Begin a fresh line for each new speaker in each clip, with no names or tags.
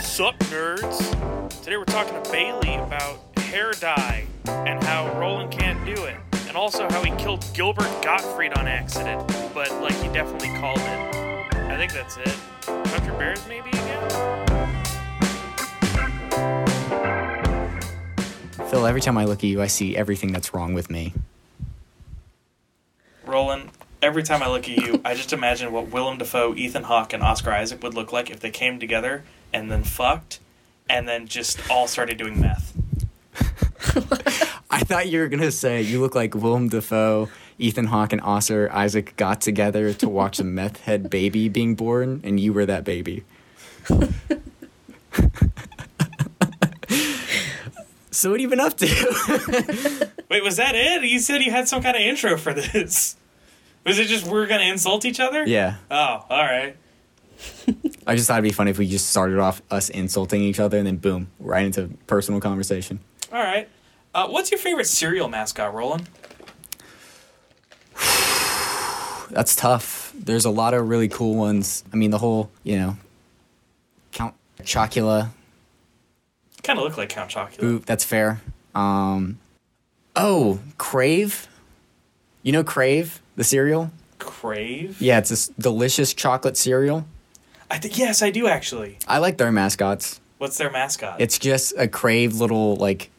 Sup, nerds? Today we're talking to Bailey about hair dye and how Roland can't do it, and also how he killed Gilbert Gottfried on accident, but like he definitely called it. I think that's it. Country Bears, maybe again?
Phil, every time I look at you, I see everything that's wrong with me.
Roland, every time I look at you, I just imagine what Willem Dafoe, Ethan Hawke, and Oscar Isaac would look like if they came together and then fucked and then just all started doing meth.
I thought you were gonna say you look like Willem Dafoe, Ethan Hawke, and Oscar Isaac got together to watch a meth head baby being born, and you were that baby. so what have you been up to?
Wait, was that it? You said you had some kind of intro for this. Was it just we're gonna insult each other?
yeah,
Oh, all right.
I just thought it'd be funny if we just started off us insulting each other, and then boom, right into personal conversation.
All right. Uh, what's your favorite cereal mascot, Roland?
That's tough. There's a lot of really cool ones. I mean, the whole you know, Count Chocula
Kind of look like Count Chocula.
Ooh, that's fair. Um, oh, Crave. You know Crave, the cereal?
Crave.
Yeah, it's this delicious chocolate cereal.
I th- yes, I do actually.
I like their mascots.
What's their mascot?
It's just a Crave little like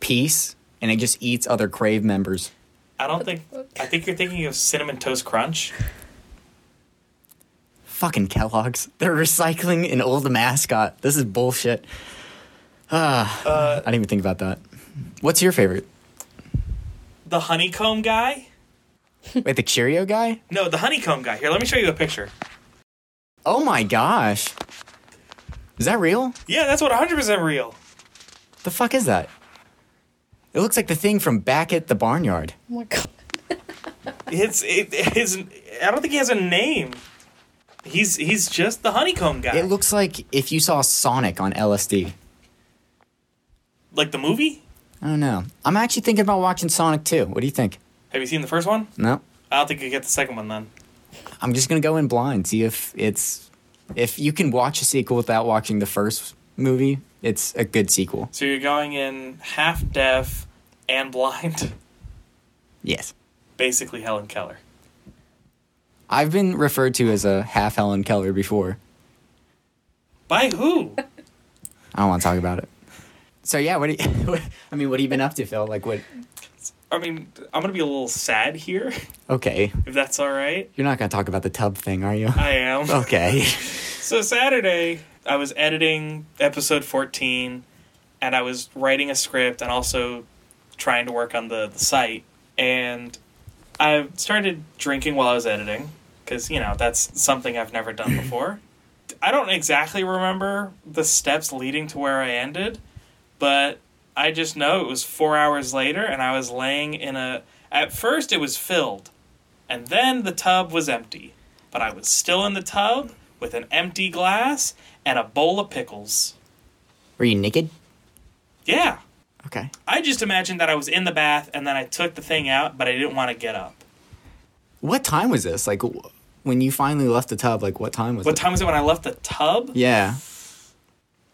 piece, and it just eats other Crave members.
I don't think. I think you're thinking of Cinnamon Toast Crunch.
Fucking Kellogg's. They're recycling an old mascot. This is bullshit. Ah, I didn't even think about that. What's your favorite?
The honeycomb guy?
Wait, the Cheerio guy?
No, the honeycomb guy. Here, let me show you a picture.
Oh my gosh. Is that real?
Yeah, that's what 100% real.
The fuck is that? It looks like the thing from back at the barnyard.
Oh my god.
It's it, his. I don't think he has a name. He's he's just the honeycomb guy.
It looks like if you saw Sonic on LSD.
like the movie.
I don't know. I'm actually thinking about watching Sonic 2. What do you think?
Have you seen the first one?
No.
I don't think you get the second one then.
I'm just going to go in blind, see if it's if you can watch a sequel without watching the first movie, it's a good sequel.
So you're going in half deaf and blind,
Yes.
basically Helen Keller.
I've been referred to as a half Helen Keller before.
By who?
I don't want to talk about it. So yeah, what do you, I mean, what have you been up to, Phil? Like what
I mean, I'm gonna be a little sad here,
Okay.
if that's all right.
You're not going to talk about the tub thing, are you?
I am.
Okay.
So Saturday, I was editing episode 14, and I was writing a script and also trying to work on the, the site. And I started drinking while I was editing, because, you know, that's something I've never done before. I don't exactly remember the steps leading to where I ended, but I just know it was four hours later, and I was laying in a. At first, it was filled, and then the tub was empty. But I was still in the tub with an empty glass and a bowl of pickles.
Were you naked?
Yeah,
Okay.
I just imagined that I was in the bath, and then I took the thing out, but I didn't want to get up.
What time was this? Like, w- when you finally left the tub, like, what time was
What
it?
time was it when I left the tub?
yeah.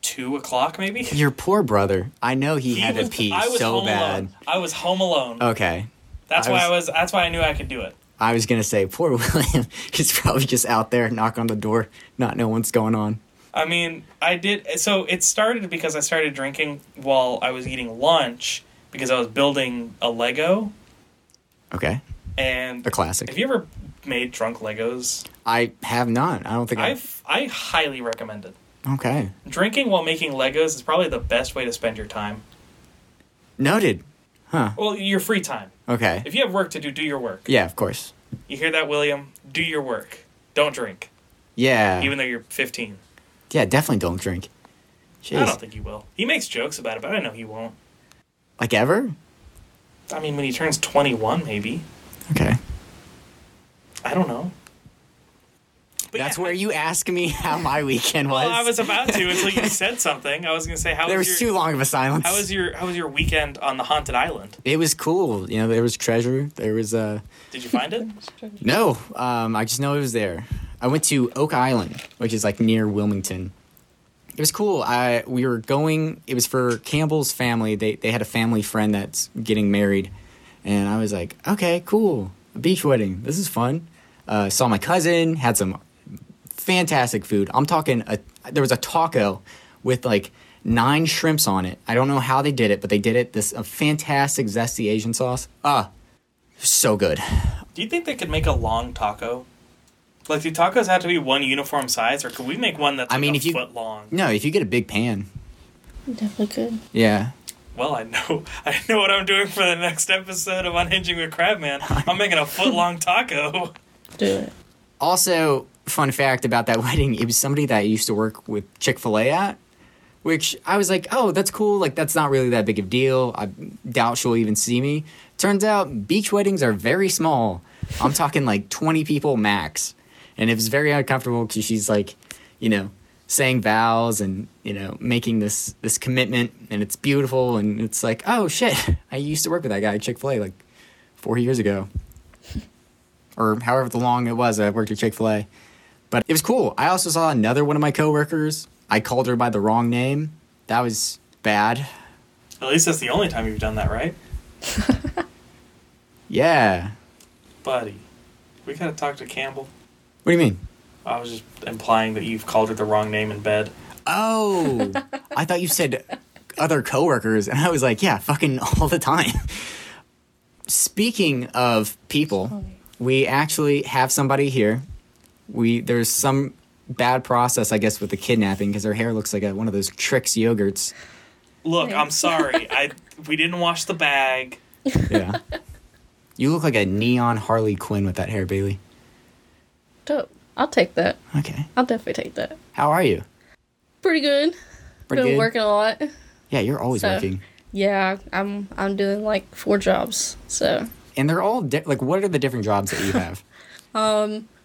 Two o'clock, maybe.
Your poor brother. I know he, had to
was-
pee
I was
so
home
bad.
Alone. I was home alone.
Okay.
that's
I
why I was. That's why I knew I could do it.
I was going to say, poor William. He's probably just out there, knock on the door, not know what's going on.
I mean, I did. So it started because I started drinking while I was eating lunch because I was building a Lego.
Okay.
And
A classic.
have you ever made drunk Legos?
I have not. I don't think I've.
I've I highly recommend it.
Okay.
Drinking while making Legos is probably the best way to spend your time.
Noted. Huh.
Well, your free time.
Okay.
If you have work to do, do your work.
Uh-huh. Yeah, of course.
You hear that, William? Do your work. Don't drink,
Yeah.
even though you're 15.
yeah, definitely don't drink. Jeez.
I don't think he will. He makes jokes about it, but I know he won't.
Like, ever?
I mean, when he turns 21, maybe.
Okay.
I don't know. But
That's
yeah,
where you ask me how my weekend was.
Well, I was about to until you said something. I was gonna say how
there
was,
was
your,
too long of a silence.
how was your how was your weekend on the haunted island?
it was cool. You know, there was treasure. There was uh
Did you find it?
no. Um, I just know it was there. I went to Oak Island, which is like near Wilmington, It was cool. I we were going. It was for Campbell's family. They they had a family friend that's getting married, and I was like, okay, cool, a beach wedding. This is fun. Uh, saw my cousin. Had some fantastic food. I'm talking. A, there was a taco with like nine shrimps on it. I don't know how they did it, but they did it. This a fantastic zesty Asian sauce. Ah, so good.
Do you think they could make a long taco? Like, do tacos have to be one uniform size, or could we make one that's
I
like,
mean,
a
if you-
foot long?
No, if you get a big pan,
Definitely could.
yeah.
Well, I know, I know what I'm doing for the next episode of Unhinging with Crabman. I'm making a foot long taco.
Do it.
Also, fun fact about that wedding, it was somebody that I used to work with Chick fil A at, which I was like, oh, that's cool. Like, that's not really that big of a deal. I doubt she'll even see me. Turns out beach weddings are very small. I'm talking like 20 people max. And it was very uncomfortable because she's like, you know, saying vows and, you know, making this this commitment and it's beautiful and it's like, oh shit, I used to work with that guy at Chick-fil-A like four years ago or however long it was I worked at Chick fil A. But it was cool. I also saw another one of my coworkers. I called her by the wrong name. That was bad.
At least that's the only time you've done that, right,
Yeah.
buddy? We gotta talk to Campbell.
What do you mean?
I was just implying that you've called her the wrong name in bed.
Oh, I thought you said other coworkers, and I was like, yeah, fucking all the time. Speaking of people, we actually have somebody here. We there's some bad process, I guess, with the kidnapping because her hair looks like a, one of those tricks yogurts.
Look,
Wait.
I'm sorry. I we didn't wash the bag.
Yeah. you look like a neon Harley Quinn with that hair, Bailey.
Dope. I'll take that.
Okay.
I'll definitely take that.
How are you?
Pretty good.
Pretty
Been
good?
working a lot.
Yeah, you're always
So-
working.
Yeah, I'm I'm doing like four jobs. So
And they're all di- like, what are the different jobs that you have?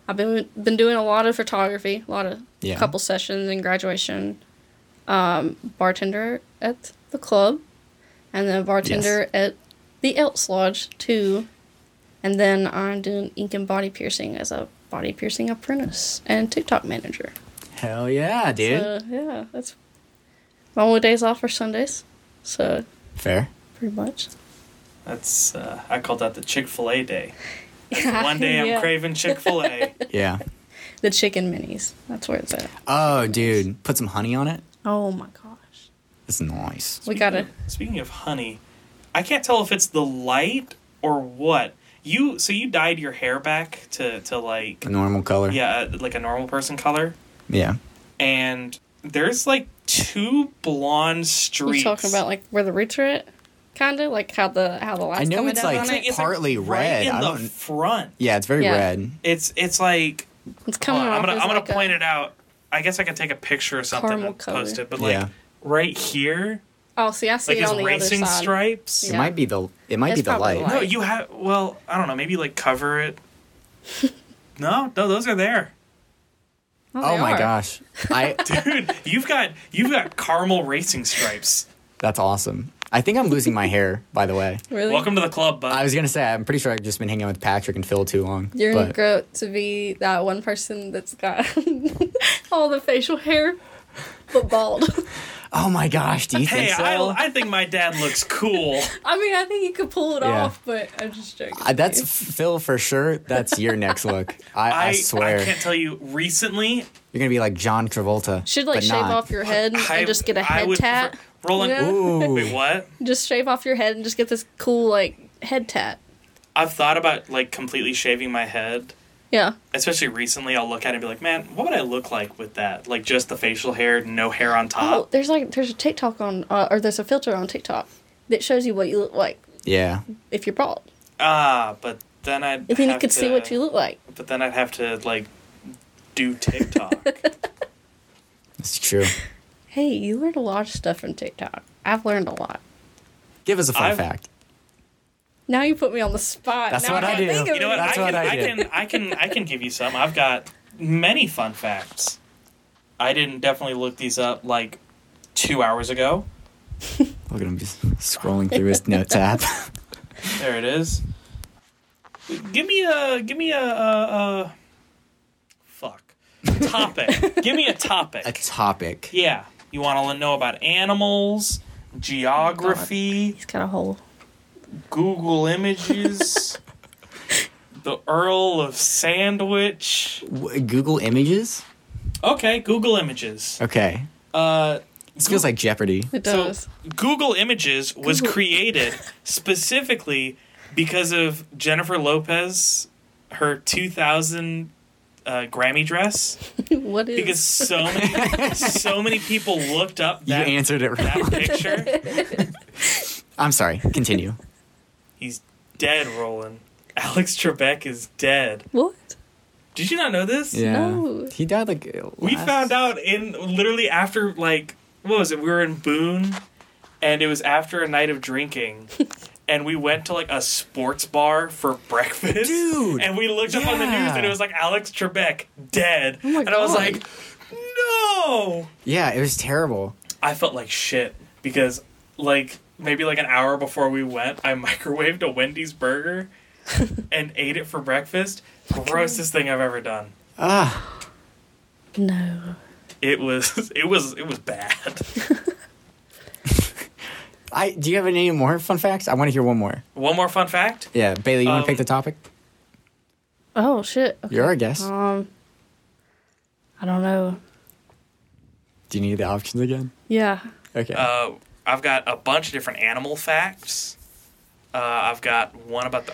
I've been been doing a lot of photography, a lot of
Yeah.
couple sessions and graduation, um, bartender at the club, and then bartender at the Elks Lodge too, and then I'm doing ink and body piercing as a body piercing apprentice and TikTok manager.
Hell yeah, dude.
So yeah, that's my only days off are Sundays, so
Fair.
pretty much.
That's uh, I called that the Chick Fil A day. That's the
Yeah,
one day I'm
yeah.
craving Chick Fil A.
Yeah.
The chicken minis. That's where it's at.
Oh, dude, put some honey on it.
Oh my gosh,
It's nice.
we gotta.
Speaking of honey, I can't tell if it's the light or what. You so you dyed your hair back to to like
A normal color.
yeah uh, like a normal person color,
Yeah.
and there's like two blonde streaks.
You talking about like where the roots are at? Kinda like how the how the lights
know
coming
it's
down
like-
on it.
It's,
Partly
right
red,
in
I
the
don't-
front.
Yeah, it's very
Yeah.
red.
It's it's like
It's coming
Hold on,
off.
I'm gonna
as
I'm gonna
like
point
a,
it out. I guess I can take a picture or something
Caramel
and
color.
post it, but like
Yeah.
right here,
Oh, see, I see
like
it
his
on the other
racing
side.
stripes.
It
Yeah.
might be the. It might
It's
be the
probably
light.
light.
No, you have. Well, I don't know. Maybe like cover it. no, no, those are there,
Oh
they
my
are.
gosh, I.
dude. You've got you've got caramel racing stripes.
That's awesome. I think I'm losing my hair. By the way,
Really?
Welcome to the club, bud.
I was gonna say I'm pretty sure I've just been hanging out with Patrick and Phil too long.
You're gonna
but
grow to be that one person that's got all the facial hair, but bald.
oh my gosh, do you
hey,
think so?
I, I think my dad looks cool.
I mean, I think you could pull it
Yeah.
off, but I'm just joking.
Uh, that's
with
Phil for sure. That's your next look. I, I,
I
swear.
I can't tell you. Recently,
You're gonna be like John Travolta.
you. should like
but
shave
not.
off your head and,
I-
just get a
I
head
would
tat.
prefer- Roland,
Yeah.
Ooh.
wait, what?
Just shave off your head and just get this cool like head tat.
I've thought about like completely shaving my head.
Yeah.
especially recently, I'll look at it and be like, man, what would I look like with that? Like just the facial hair, no hair on
Oh,
top.
there's like there's a TikTok on uh, or there's a filter on TikTok that shows you what you look like
Yeah.
if you're bald.
Ah, but then I'd.
And then you
have
could
to,
see what you look like.
But then I'd have to like do TikTok.
It's true.
Hey, you learned a lot of stuff from TikTok. I've learned a lot.
Give us a fun
I've-
fact.
Now you put me on the spot.
That's
Now
what I
can't
do.
think of
you know what?
That's
I,
what
can,
I
I,
did.
can I can I can give you some. I've got many fun facts. I didn't definitely look these up like two hours ago.
Look at him just scrolling through his notes app.
There it is. Give me a give me a, a, a fuck topic. give me a topic.
a topic.
Yeah. You want to know about animals, geography,
He's got a whole.
Google Images, the Earl of Sandwich.
W- Google Images.
Okay, Google Images.
Okay,
Uh,
this feels like Jeopardy.
It
So-
does.
Google Images was
Google-
created specifically because of Jennifer Lopez, her 2000 uh, Grammy dress.
what is?
Because so many, so many people looked up
You
that,
answered it. Right.
that picture.
I'm sorry. Continue.
He's dead, Roland. Alex Trebek is dead.
what?
Did you not know this?
Yeah,
No.
he died like. uh,
We
last-
found out in literally after like what was it? We were in Boone, and it was after a night of drinking, and we went to like a sports bar for breakfast.
Dude,
and we looked up on the news,
yeah.
and it was like Alex Trebek dead,
my
and I was
God.
like, no.
Yeah, it was terrible.
I felt like shit because like maybe like an hour before we went, I microwaved a Wendy's burger and ate it for breakfast. Grossest thing I've ever done.
Ah,
No.
It was it was it was bad.
I do you have any more fun facts? I want to hear one more.
One more fun fact.
Yeah, Bailey, you want
Um,
to pick the topic?
Oh shit. Okay.
You're our guest.
Um. I don't know.
do you need the options again?
Yeah.
Okay.
Uh, I've got a bunch of different animal facts. Uh, I've got one about the.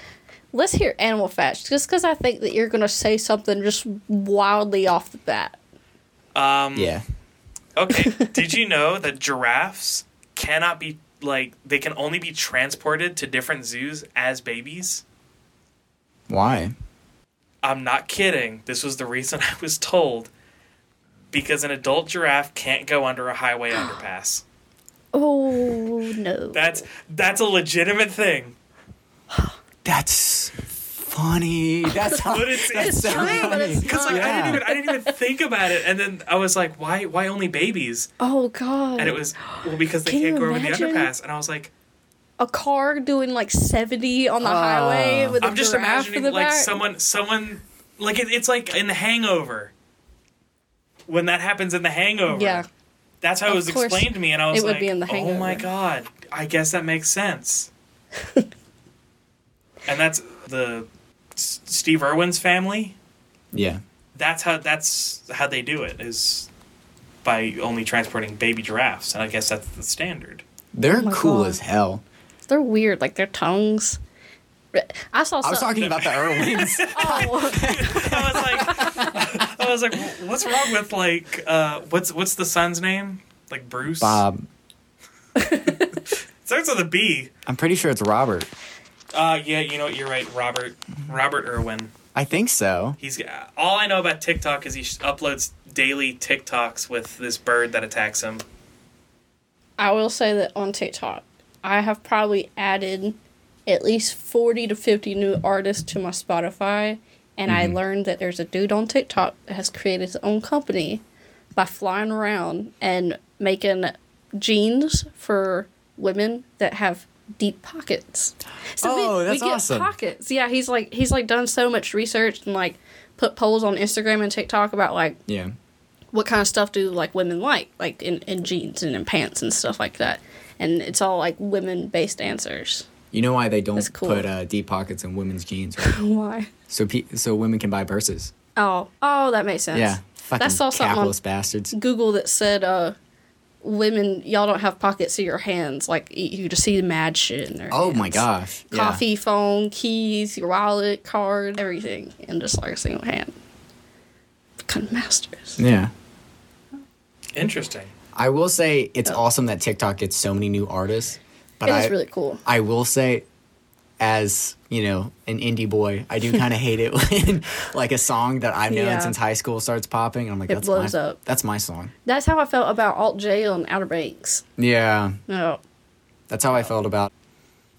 Let's hear animal facts, just because I think that you're gonna say something just wildly off the bat.
Um,
yeah.
Okay. Did you know that giraffes cannot be like they can only be transported to different zoos as babies?
Why?
I'm not kidding. This was the reason I was told. Because an adult giraffe can't go under a highway underpass.
Oh no.
That's that's a legitimate thing.
That's funny. That's how.
But it's-
that's
it's
so
true, but
funny.
it's
Because like, I
Yeah.
didn't even I didn't even think about it, and then I was like, why why only babies?
oh god.
and it was well because they
Can
can't
you
go over the
imagine?
underpass and i was like
a car doing like 70 on the highway with a
i'm just
giraffe
imagining
in the
like
back.
someone someone like it, it's like in the hangover when that happens in the hangover
Yeah.
that's how it
Of
was
course,
explained to me and i was
it would
like
be in The
oh my
Hangover."
god i guess that makes sense and that's the S- steve irwin's family
Yeah.
that's how that's how they do it is by only transporting baby giraffes and i guess that's the standard
They're
Oh my
cool
God.
as hell.
They're weird, like their tongues. I saw
I was
some-
talking about the Irwins.
Oh,
I was like, I was like, what's wrong with like, uh, what's what's the son's name? Like Bruce.
Bob.
Starts with a B.
I'm pretty sure it's Robert.
Uh, yeah, you know what? You're right, Robert. Robert Irwin.
I think so.
He's uh, all I know about TikTok is he sh- uploads daily TikToks with this bird that attacks him.
I will say that on TikTok, I have probably added at least 40 to 50 new artists to my Spotify. And I
Mm-hmm.
learned that there's a dude on TikTok that has created his own company by flying around and making jeans for women that have deep pockets. So
Oh,
we,
that's
we get
awesome.
pockets. Yeah, he's like he's like done so much research and like put polls on Instagram and TikTok about like
Yeah.
what kind of stuff do like women like like in, in jeans and in pants and stuff like that and it's all like women based answers
You know why they don't
That's cool.
put uh, deep pockets in women's jeans? right?
why
so pe- so women can buy purses.
oh oh that makes sense
Yeah. Fucking
that's all something on
capitalist bastards.
google that said uh women y'all don't have pockets in your hands like y- you just see mad shit in there
Oh my gosh. Yeah.
coffee phone keys your wallet card everything in just like a single hand become masters
yeah.
Interesting.
I will say it's awesome that TikTok gets so many new artists, but
Oh. it is
I
really cool
I will say as, you know, an indie boy, I do kind of hate it when like a song that I've known
Yeah.
since high school starts popping and I'm like
It
that's
blows
my,
up.
That's my song.
that's how i felt about alt j on outer banks Oh,
Yeah.
no
That's how I felt about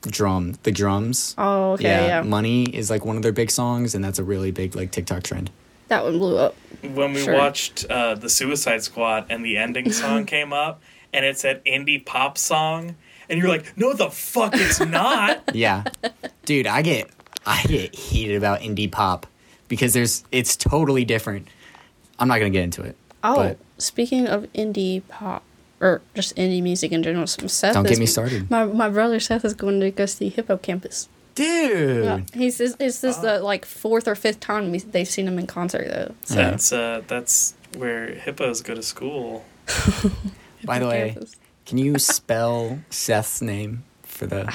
drum, the drums.
oh okay yeah.
Money is like one of their big songs and that's a really big like TikTok trend.
That one blew up.
When we
Sure.
watched uh, the Suicide Squad and the ending song came up and it said indie pop song, and you're like, no, the fuck, it's not.
Yeah. Dude, I get I get heated about indie pop because there's it's totally different. I'm not going to get into it.
Oh,
but-
speaking of indie pop, or just indie music in general. So Seth
Don't get
is-
me started.
My my brother Seth is going to go see Hippo Campus.
Dude.
Yeah. He's is this is the like fourth or fifth time we- they've seen him in concert though. So
Yeah.
That's uh, that's where hippos go to school.
By the
Hippo
way,
Campus.
can you spell Seth's name for the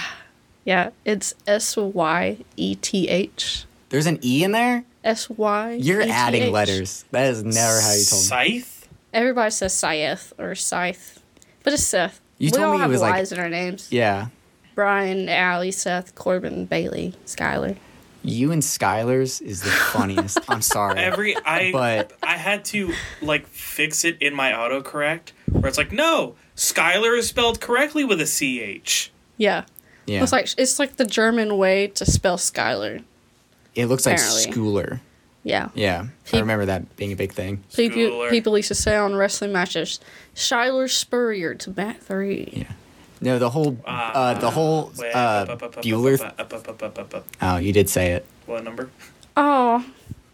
yeah, it's S Y E T H.
There's an E in there?
S Y. E
You're adding letters. That is never how you told me.
Scythe.
Everybody says Scythe or Scythe, but it's Seth.
You
we
told
all
me it
have
was like-
Y's in our names.
Yeah.
Brian, Allie, Seth, Corbin, Bailey, Skylar.
You and Skylar's is the funniest. I'm sorry.
Every I
But-
I had to like fix it in my autocorrect where it's like no, Skylar is spelled correctly with a C H.
Yeah.
yeah.
It's like it's like the German way to spell Skylar.
it looks like
apparently.
schooler.
Yeah.
Yeah. I
Peop-
remember that being a big thing.
People,
Schuyler.
people used to say on wrestling matches, Shyler Spurrier to bat three.
No, the whole uh, the whole uh, Bueller. oh, you did say it.
What number?
Oh,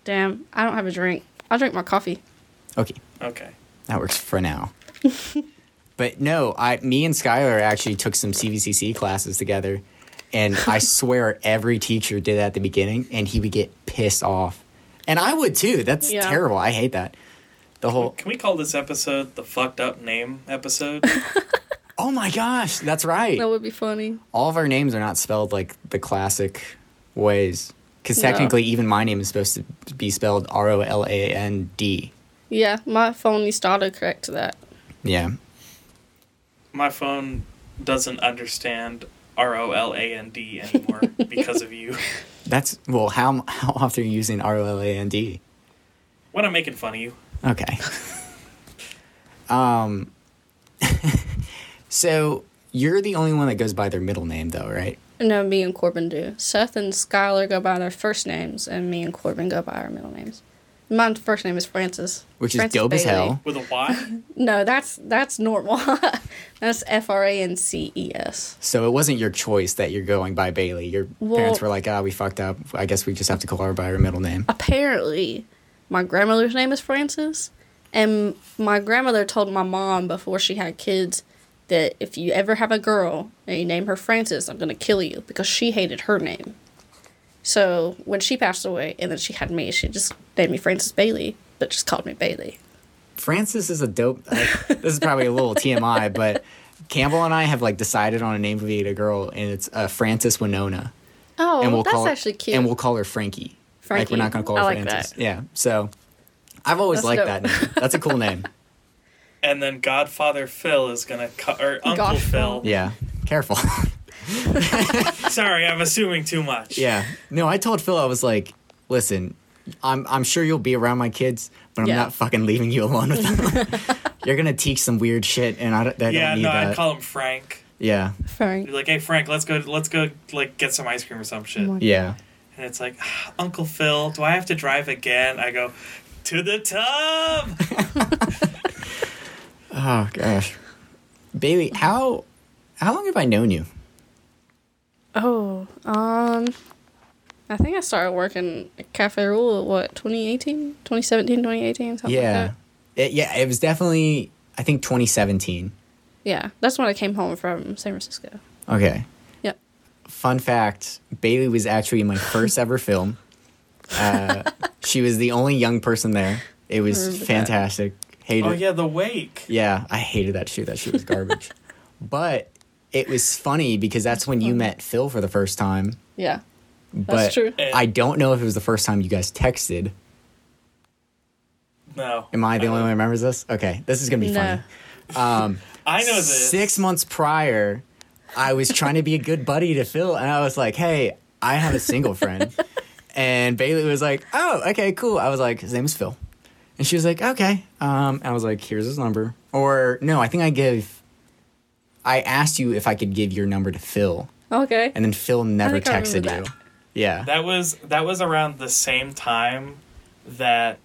damn. I don't have a drink. I'll drink my coffee.
Okay.
Okay.
That works for now. but no, I me and Skylar actually took some CVCC classes together, and I swear every teacher did that at the beginning, and he would get pissed off, and I would too. That's
Yeah.
terrible. I hate that. The whole
Can we call this episode the fucked up name episode?
oh my gosh, that's right.
That would be funny.
All of our names are not spelled like the classic ways, because
No.
technically even my name is supposed to be spelled R O L A N D.
Yeah, my phone needs to autocorrect to that.
Yeah,
my phone doesn't understand R O L A N D anymore because of you.
that's well. How how often are you using R O L A N D?
When I'm making fun of you.
Okay. um, so you're the only one that goes by their middle name, though, right?
No, me and Corbin do. Seth and Skylar go by their first names, and me and Corbin go by our middle names. My first name is Francis,
Which is
Francis
dope as
Bailey.
hell.
With a Y?
No, that's that's normal. that's F R A N C E S.
So it wasn't your choice that you're going by Bailey. Your
Well-
parents were like, "Ah, we fucked up. I guess we just have to call her by her middle name."
Uh, Apparently, my grandmother's name is Francis, and my grandmother told my mom before she had kids that if you ever have a girl and you name her Francis, I'm gonna kill you because she hated her name. So when she passed away, and then she had me, she just named me Francis Bailey, but just called me Bailey.
Francis is a dope. Like, this is probably a little TMI, but Campbell and I have like decided on a name for a girl, and it's uh, Francis Winona,
Oh,
and
that's
call her-
actually cute.
And we'll call her Frankie. Like
Frankie.
we're not gonna call her
I like
Francis.
that.
Yeah. So I've always
That's
liked
dope.
that name. That's a cool name.
And then Godfather Phil is gonna cut or Uncle
Godfather.
Phil.
Yeah. Careful.
Sorry, I'm assuming too much.
yeah. No, I told Phil I was like, listen, I'm I'm sure you'll be around my kids, but I'm
Yeah.
not fucking leaving you alone with them. You're gonna teach some weird shit, and I don't, I
Yeah,
don't need
no,
that.
I'd call him Frank.
yeah.
Be
Frank.
like, hey Frank, let's go let's go like get some ice cream or some shit.
my-
Yeah.
And it's like, "Ah, Uncle Phil, do I have to drive again? I go, to the tub.
Oh gosh. Bailey, how how long have I known you?
Oh, um, I think I started working at Cafe Rule, what, 2018? 2017, 2018, something
yeah.
like that.
It, yeah, it was definitely I think 2017.
Yeah, that's when I came home from San Francisco.
Okay.
Yep.
fun fact bailey was actually in my first ever film uh, she was the only young person there it was
Remember that.
fantastic hated
Oh yeah, the wake.
yeah i hated that shoot that shoot was garbage but it was funny because that's when you met phil for the first time
Yeah.
but
That's true.
i don't know if it was the first time you guys texted
No.
am i the only one who remembers this okay this is gonna be funny
No.
I know this.
six months prior, I was trying to be a good buddy to Phil, and I was like, "Hey, I have a single friend," and Bailey was like, "Oh, okay, cool." I was like, "His name is Phil," and she was like, "Okay." Um, I was like, "Here's his number," or no, I think I gave. I asked you if I could give your number to Phil,
Okay.
and then Phil never
think I remember
texted you.
that.
Yeah,
That was that was around the same time that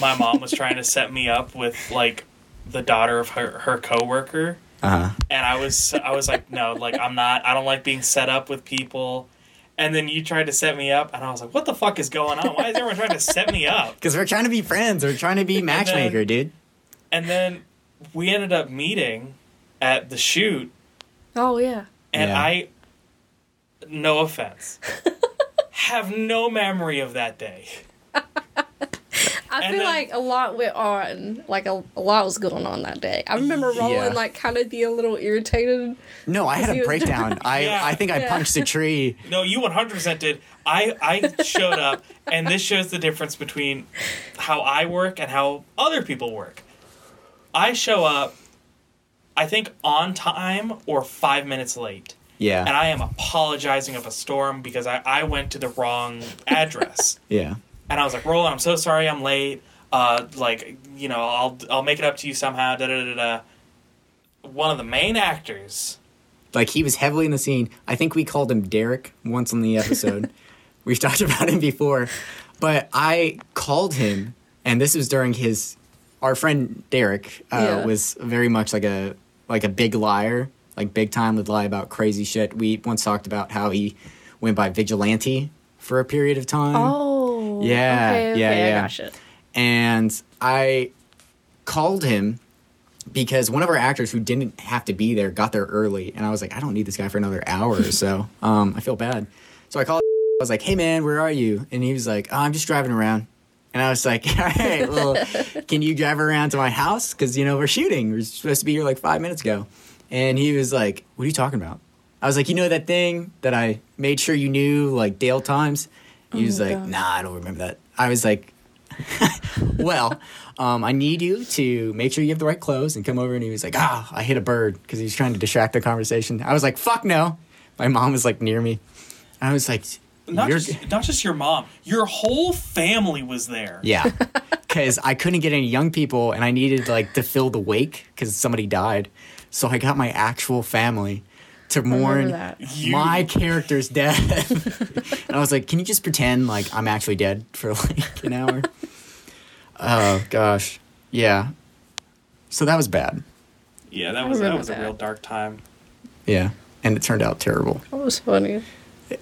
my mom was trying to set me up with like the daughter of her her coworker,
uh-huh.
and I was I was like, no, like I'm not. I don't like being set up with people. And then you tried to set me up, and I was like, what the fuck is going on? Why is everyone trying to set me up?
because we're trying to be friends. We're trying to be matchmaker, dude.
And then we ended up meeting at the shoot,
Oh yeah.
and
Yeah.
I, no offense, have no memory of that day.
I
And
feel
then-
like a lot went on. Like a, a lot was going on that day. I remember Roland
Yeah.
like kind of being a little irritated.
No, I had
he
a
was-
breakdown. I,
Yeah.
I think I
Yeah.
punched a tree.
No, you 100% did. I, I showed up, and this shows the difference between how I work and how other people work. I show up, I think, on time or five minutes late.
Yeah.
And I am apologizing of a storm because I, I went to the wrong address.
yeah.
and I was like, Roland, I'm so sorry I'm late. Uh, like, you know, I'll, I'll make it up to you somehow. Da, da, da, da. One of the main actors.
Like he was heavily in the scene. I think we called him Derek once on the episode. We've talked about him before, but I called him, and this was during his. Our friend Derek uh,
Yeah.
was very much like a like a big liar, like big time would lie about crazy shit. We once talked about how he went by vigilante for a period of time.
Oh.
Yeah,
Okay,
yeah,
okay,
yeah.
I got it.
and I called him because one of our actors who didn't have to be there got there early, and I was like, I don't need this guy for another hour or so. Um, I feel bad, so I called. I was like, Hey man, where are you? And he was like, oh, I'm just driving around. And I was like, All right, well, can you drive around to my house? Because you know we're shooting. We're supposed to be here like five minutes ago. And he was like, What are you talking about? I was like, You know that thing that I made sure you knew, like Dale times. He was like,
gosh.
Nah, I don't remember that. I was like, well, um, I need you to make sure you have the right clothes and come over. And he was like, ah, I hit a bird because he was trying to distract the conversation. I was like, fuck no. My mom was like near me. I was like,
Not
"You're-"
just, not just your mom, your whole family was there.
yeah, because I couldn't get any young people and I needed like to fill the wake because somebody died. So I got my actual family to mourn
that.
You-
my character's death. and I was like, can you just pretend like I'm actually dead for like an hour? oh gosh, yeah. So that was bad.
Yeah, that was that
remember
was a
that.
real dark time.
Yeah, and it turned out terrible.
That was funny.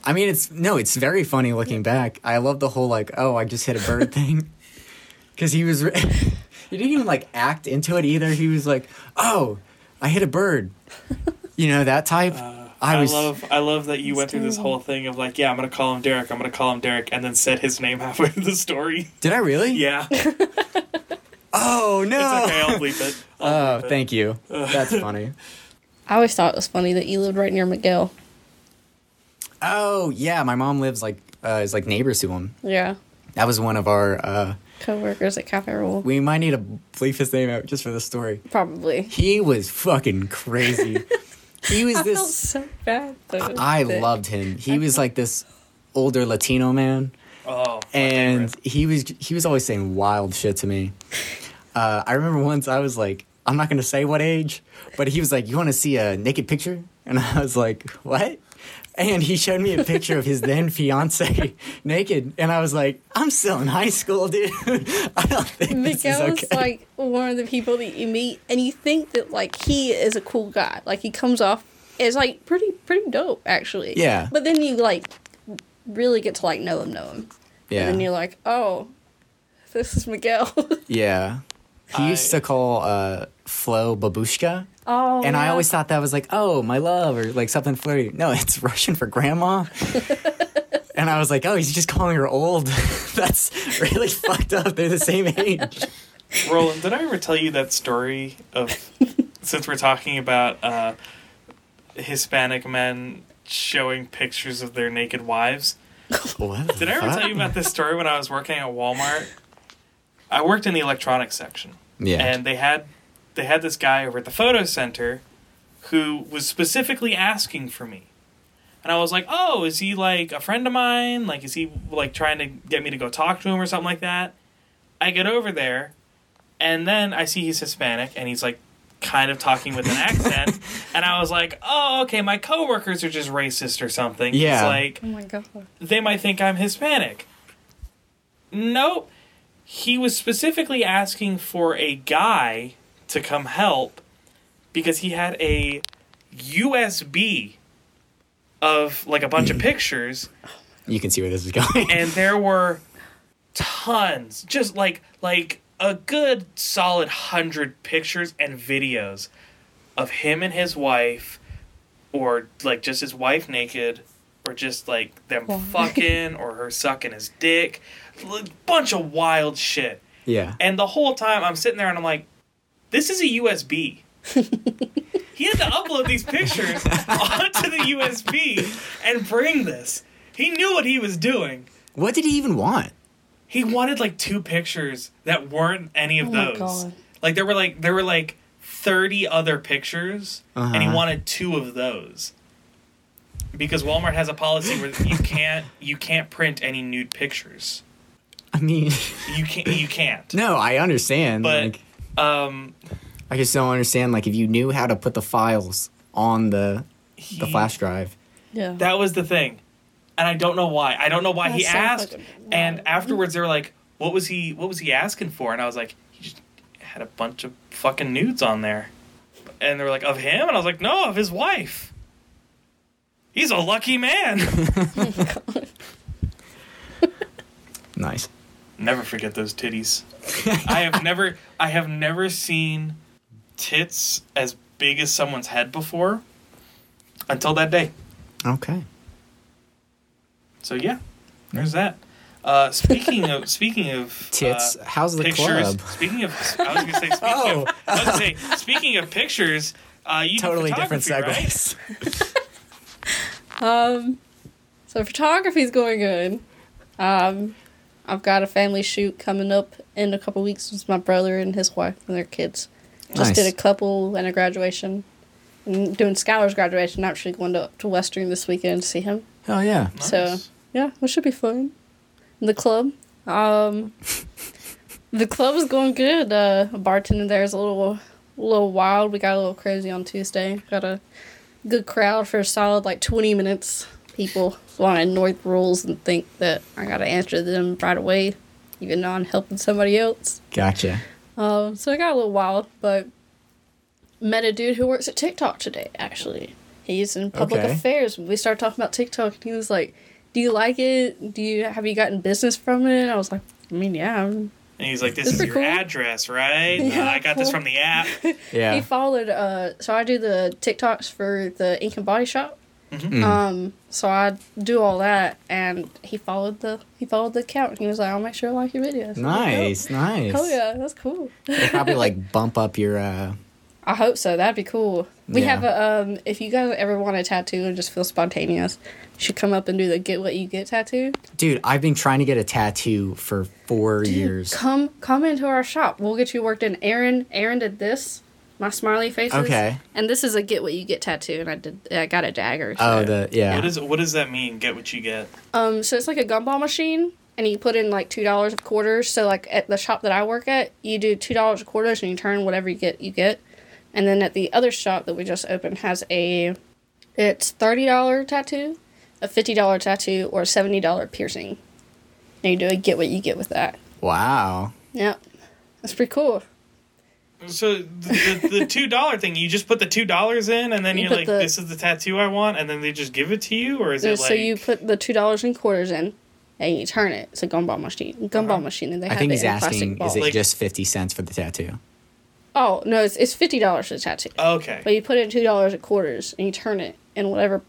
I mean, it's no, it's very funny looking back. I love the whole like, oh, I just hit a bird thing, because he was, re- he didn't even like act into it either. He was like, oh, I hit a bird, you know that type.
Uh, I,
I was
love I love that you went through this
terrible.
whole thing of like, yeah, I'm gonna call him Derek, I'm gonna call him Derek, and then said his name halfway through the story.
Did I really?
Yeah, it's okay.
Oh no.
I'll bleep it.
oh, thank you. That's funny.
I always thought it was funny that you lived right near Miguel.
Oh yeah, my mom lives like uh, is like neighbors to him.
Yeah.
That was one of our. Uh,
Coworkers at Cafe Rule.
we might need to bleep his name out just for the story.
Probably.
He was fucking crazy. he was
I
this.
felt so bad though.
I
that-
loved him. He was like this older Latino man,
Oh,
and he was he was always saying wild shit to me. Uh, I remember once I was like, I'm not gonna say what age, but he was like, "You want to see a naked picture?" And I was like, "What?" And he showed me a picture of his then fiance naked, and I was like, "I'm still in high school, dude. I don't think this is
Miguel's
okay."
like one of the people that you meet, and you think that like he is a cool guy. Like he comes off as like pretty pretty dope, actually.
Yeah.
But then you like really get to like know him, know him, and then
yeah,
you're like, oh, this is Miguel.
yeah. He used
I-
to call uh, Flo babushka.
oh.
And I
yeah.
always thought that was like, oh, my love, or like something flirty. No, it's Russian for grandma. and I was like, oh, he's just calling her old. That's really fucked up. They're the same age.
Roland, did I ever tell you that story of since we're talking about uh, Hispanic men showing pictures of their naked wives?
What?
Did I ever tell you about this story when I was working at Walmart? I worked in the electronics section.
Yeah.
And they had they had this guy over at the photo center who was specifically asking for me. And I was like, "Oh, is he like a friend of mine? Like is he like trying to get me to go talk to him or something like that?" I get over there and then I see he's Hispanic and he's like kind of talking with an accent and I was like, "Oh, okay, my coworkers are just racist or something." It's
Yeah.
like
Oh my god.
they might think I'm Hispanic. Nope. He was specifically asking for a guy to come help because he had a USB of like a bunch of pictures
You can see where this is going.
and there were tons just like like a good solid 100 pictures and videos of him and his wife, or like just his wife naked, or just like them
Why?
fucking, or her sucking his dick, L- bunch of wild shit.
Yeah.
And the whole time I'm sitting there and I'm like, this is a USB. he had to upload these pictures onto the USB and bring this. He knew what he was doing.
What did he even want?
He wanted like two pictures that weren't any of
Oh my
those.
God.
Like there were like there were like 30 other pictures and he
Uh-huh.
wanted two of those. Because Walmart has a policy where you can't you can't print any nude pictures.
I mean,
You can't you can't.
no, I understand.
But-
like,
Um
I just don't understand. Like, if you knew how to put the files on the the
he-
flash drive,
Yeah.
That was the thing. And I don't know why. I don't know why he
That's so
asked.
fucking wild.
And afterwards they were like, "What was he what was he asking for?" And I was like, "He just had a bunch of fucking nudes on there." And they were like, "Of him?" And I was like, "No, of his wife." He's a lucky man.
nice.
never forget those titties. I have never I have never seen tits as big as someone's head before until that day.
Okay.
So yeah, there's that. Uh, speaking of speaking of
Tits.
uh,
How's the
pictures.
club?
Speaking of, I was gonna say. Speaking
Oh.
of, I was gonna say. Speaking of pictures, uh, you do
Totally different
photography, right?
segues.
Um, so photography's going good. Um, I've got a family shoot coming up in a couple weeks with my brother and his wife and their kids. Just
Nice.
did a couple and a graduation. And doing Skylar's graduation. Actually going to, to Western this weekend to see him.
Oh yeah.
So
Nice.
yeah, it should be fun. The club, um, the club is going good. Uh, bartending there is a little, little wild. We got a little crazy on Tuesday. Got a good crowd for a solid like twenty minutes. People want to ignore the rules and think that I gotta answer them right away, even though I'm helping somebody else.
Gotcha.
Um, so I got a little wild, but met a dude who works at TikTok today, actually. He's in public
Okay.
affairs. We started talking about TikTok and he was like, Do you like it? Do you have you gotten business from it? And I was like, I mean, yeah. I'm-"
And he's like, "This
This
is
is
your
cool.
address, right?
Yeah.
Uh, I got this from the app."
He
Yeah.
followed uh so I do the TikToks for the Ink and Body Shop.
Mm-hmm.
Um, so I do all that and he followed the he followed the account and he was like, I'll make sure I like your videos. I'm like, "Oh,
Nice. Nice.
Oh yeah, that's cool.
They probably like bump up your. uh
I hope so. That'd be cool. We
Yeah.
have a um if you guys ever want a tattoo and just feel spontaneous, you should come up and do the get what you get tattoo.
Dude, I've been trying to get a tattoo for four years.
Come come into our shop. We'll get you worked in. Aaron Aaron did this. My smiley faces.
Okay.
And this is a get what you get tattoo and I did I got a dagger. So.
Oh, the yeah.
What is what does that mean? Get what you get.
Um, so it's like a gumball machine, and you put in like two dollars of quarters. So like at the shop that I work at, you do two dollars of quarters, and you turn whatever you get, you get. And then at the other shop that we just opened has a, it's thirty dollar tattoo, a fifty dollar tattoo, or a seventy dollar piercing. And you do a get what you get with that.
wow.
Yep, that's pretty cool.
So the, the, the two dollar thing, you just put the two dollars in, and then
You
you are
put
like,
the-
"This is the tattoo I want," and then they just give it to you, or is it like?
so you put the two dollars and quarters in, and you turn it. It's a gumball machine. Gumball
Uh-huh.
machine, and they
I
have
think
it
he's
in a plastic
asking,
ball.
is it
Like-
just fifty cents for the tattoo?
oh no, it's it's fifty dollars for the tattoo.
okay.
But you put in two dollars at quarters and you turn it, and whatever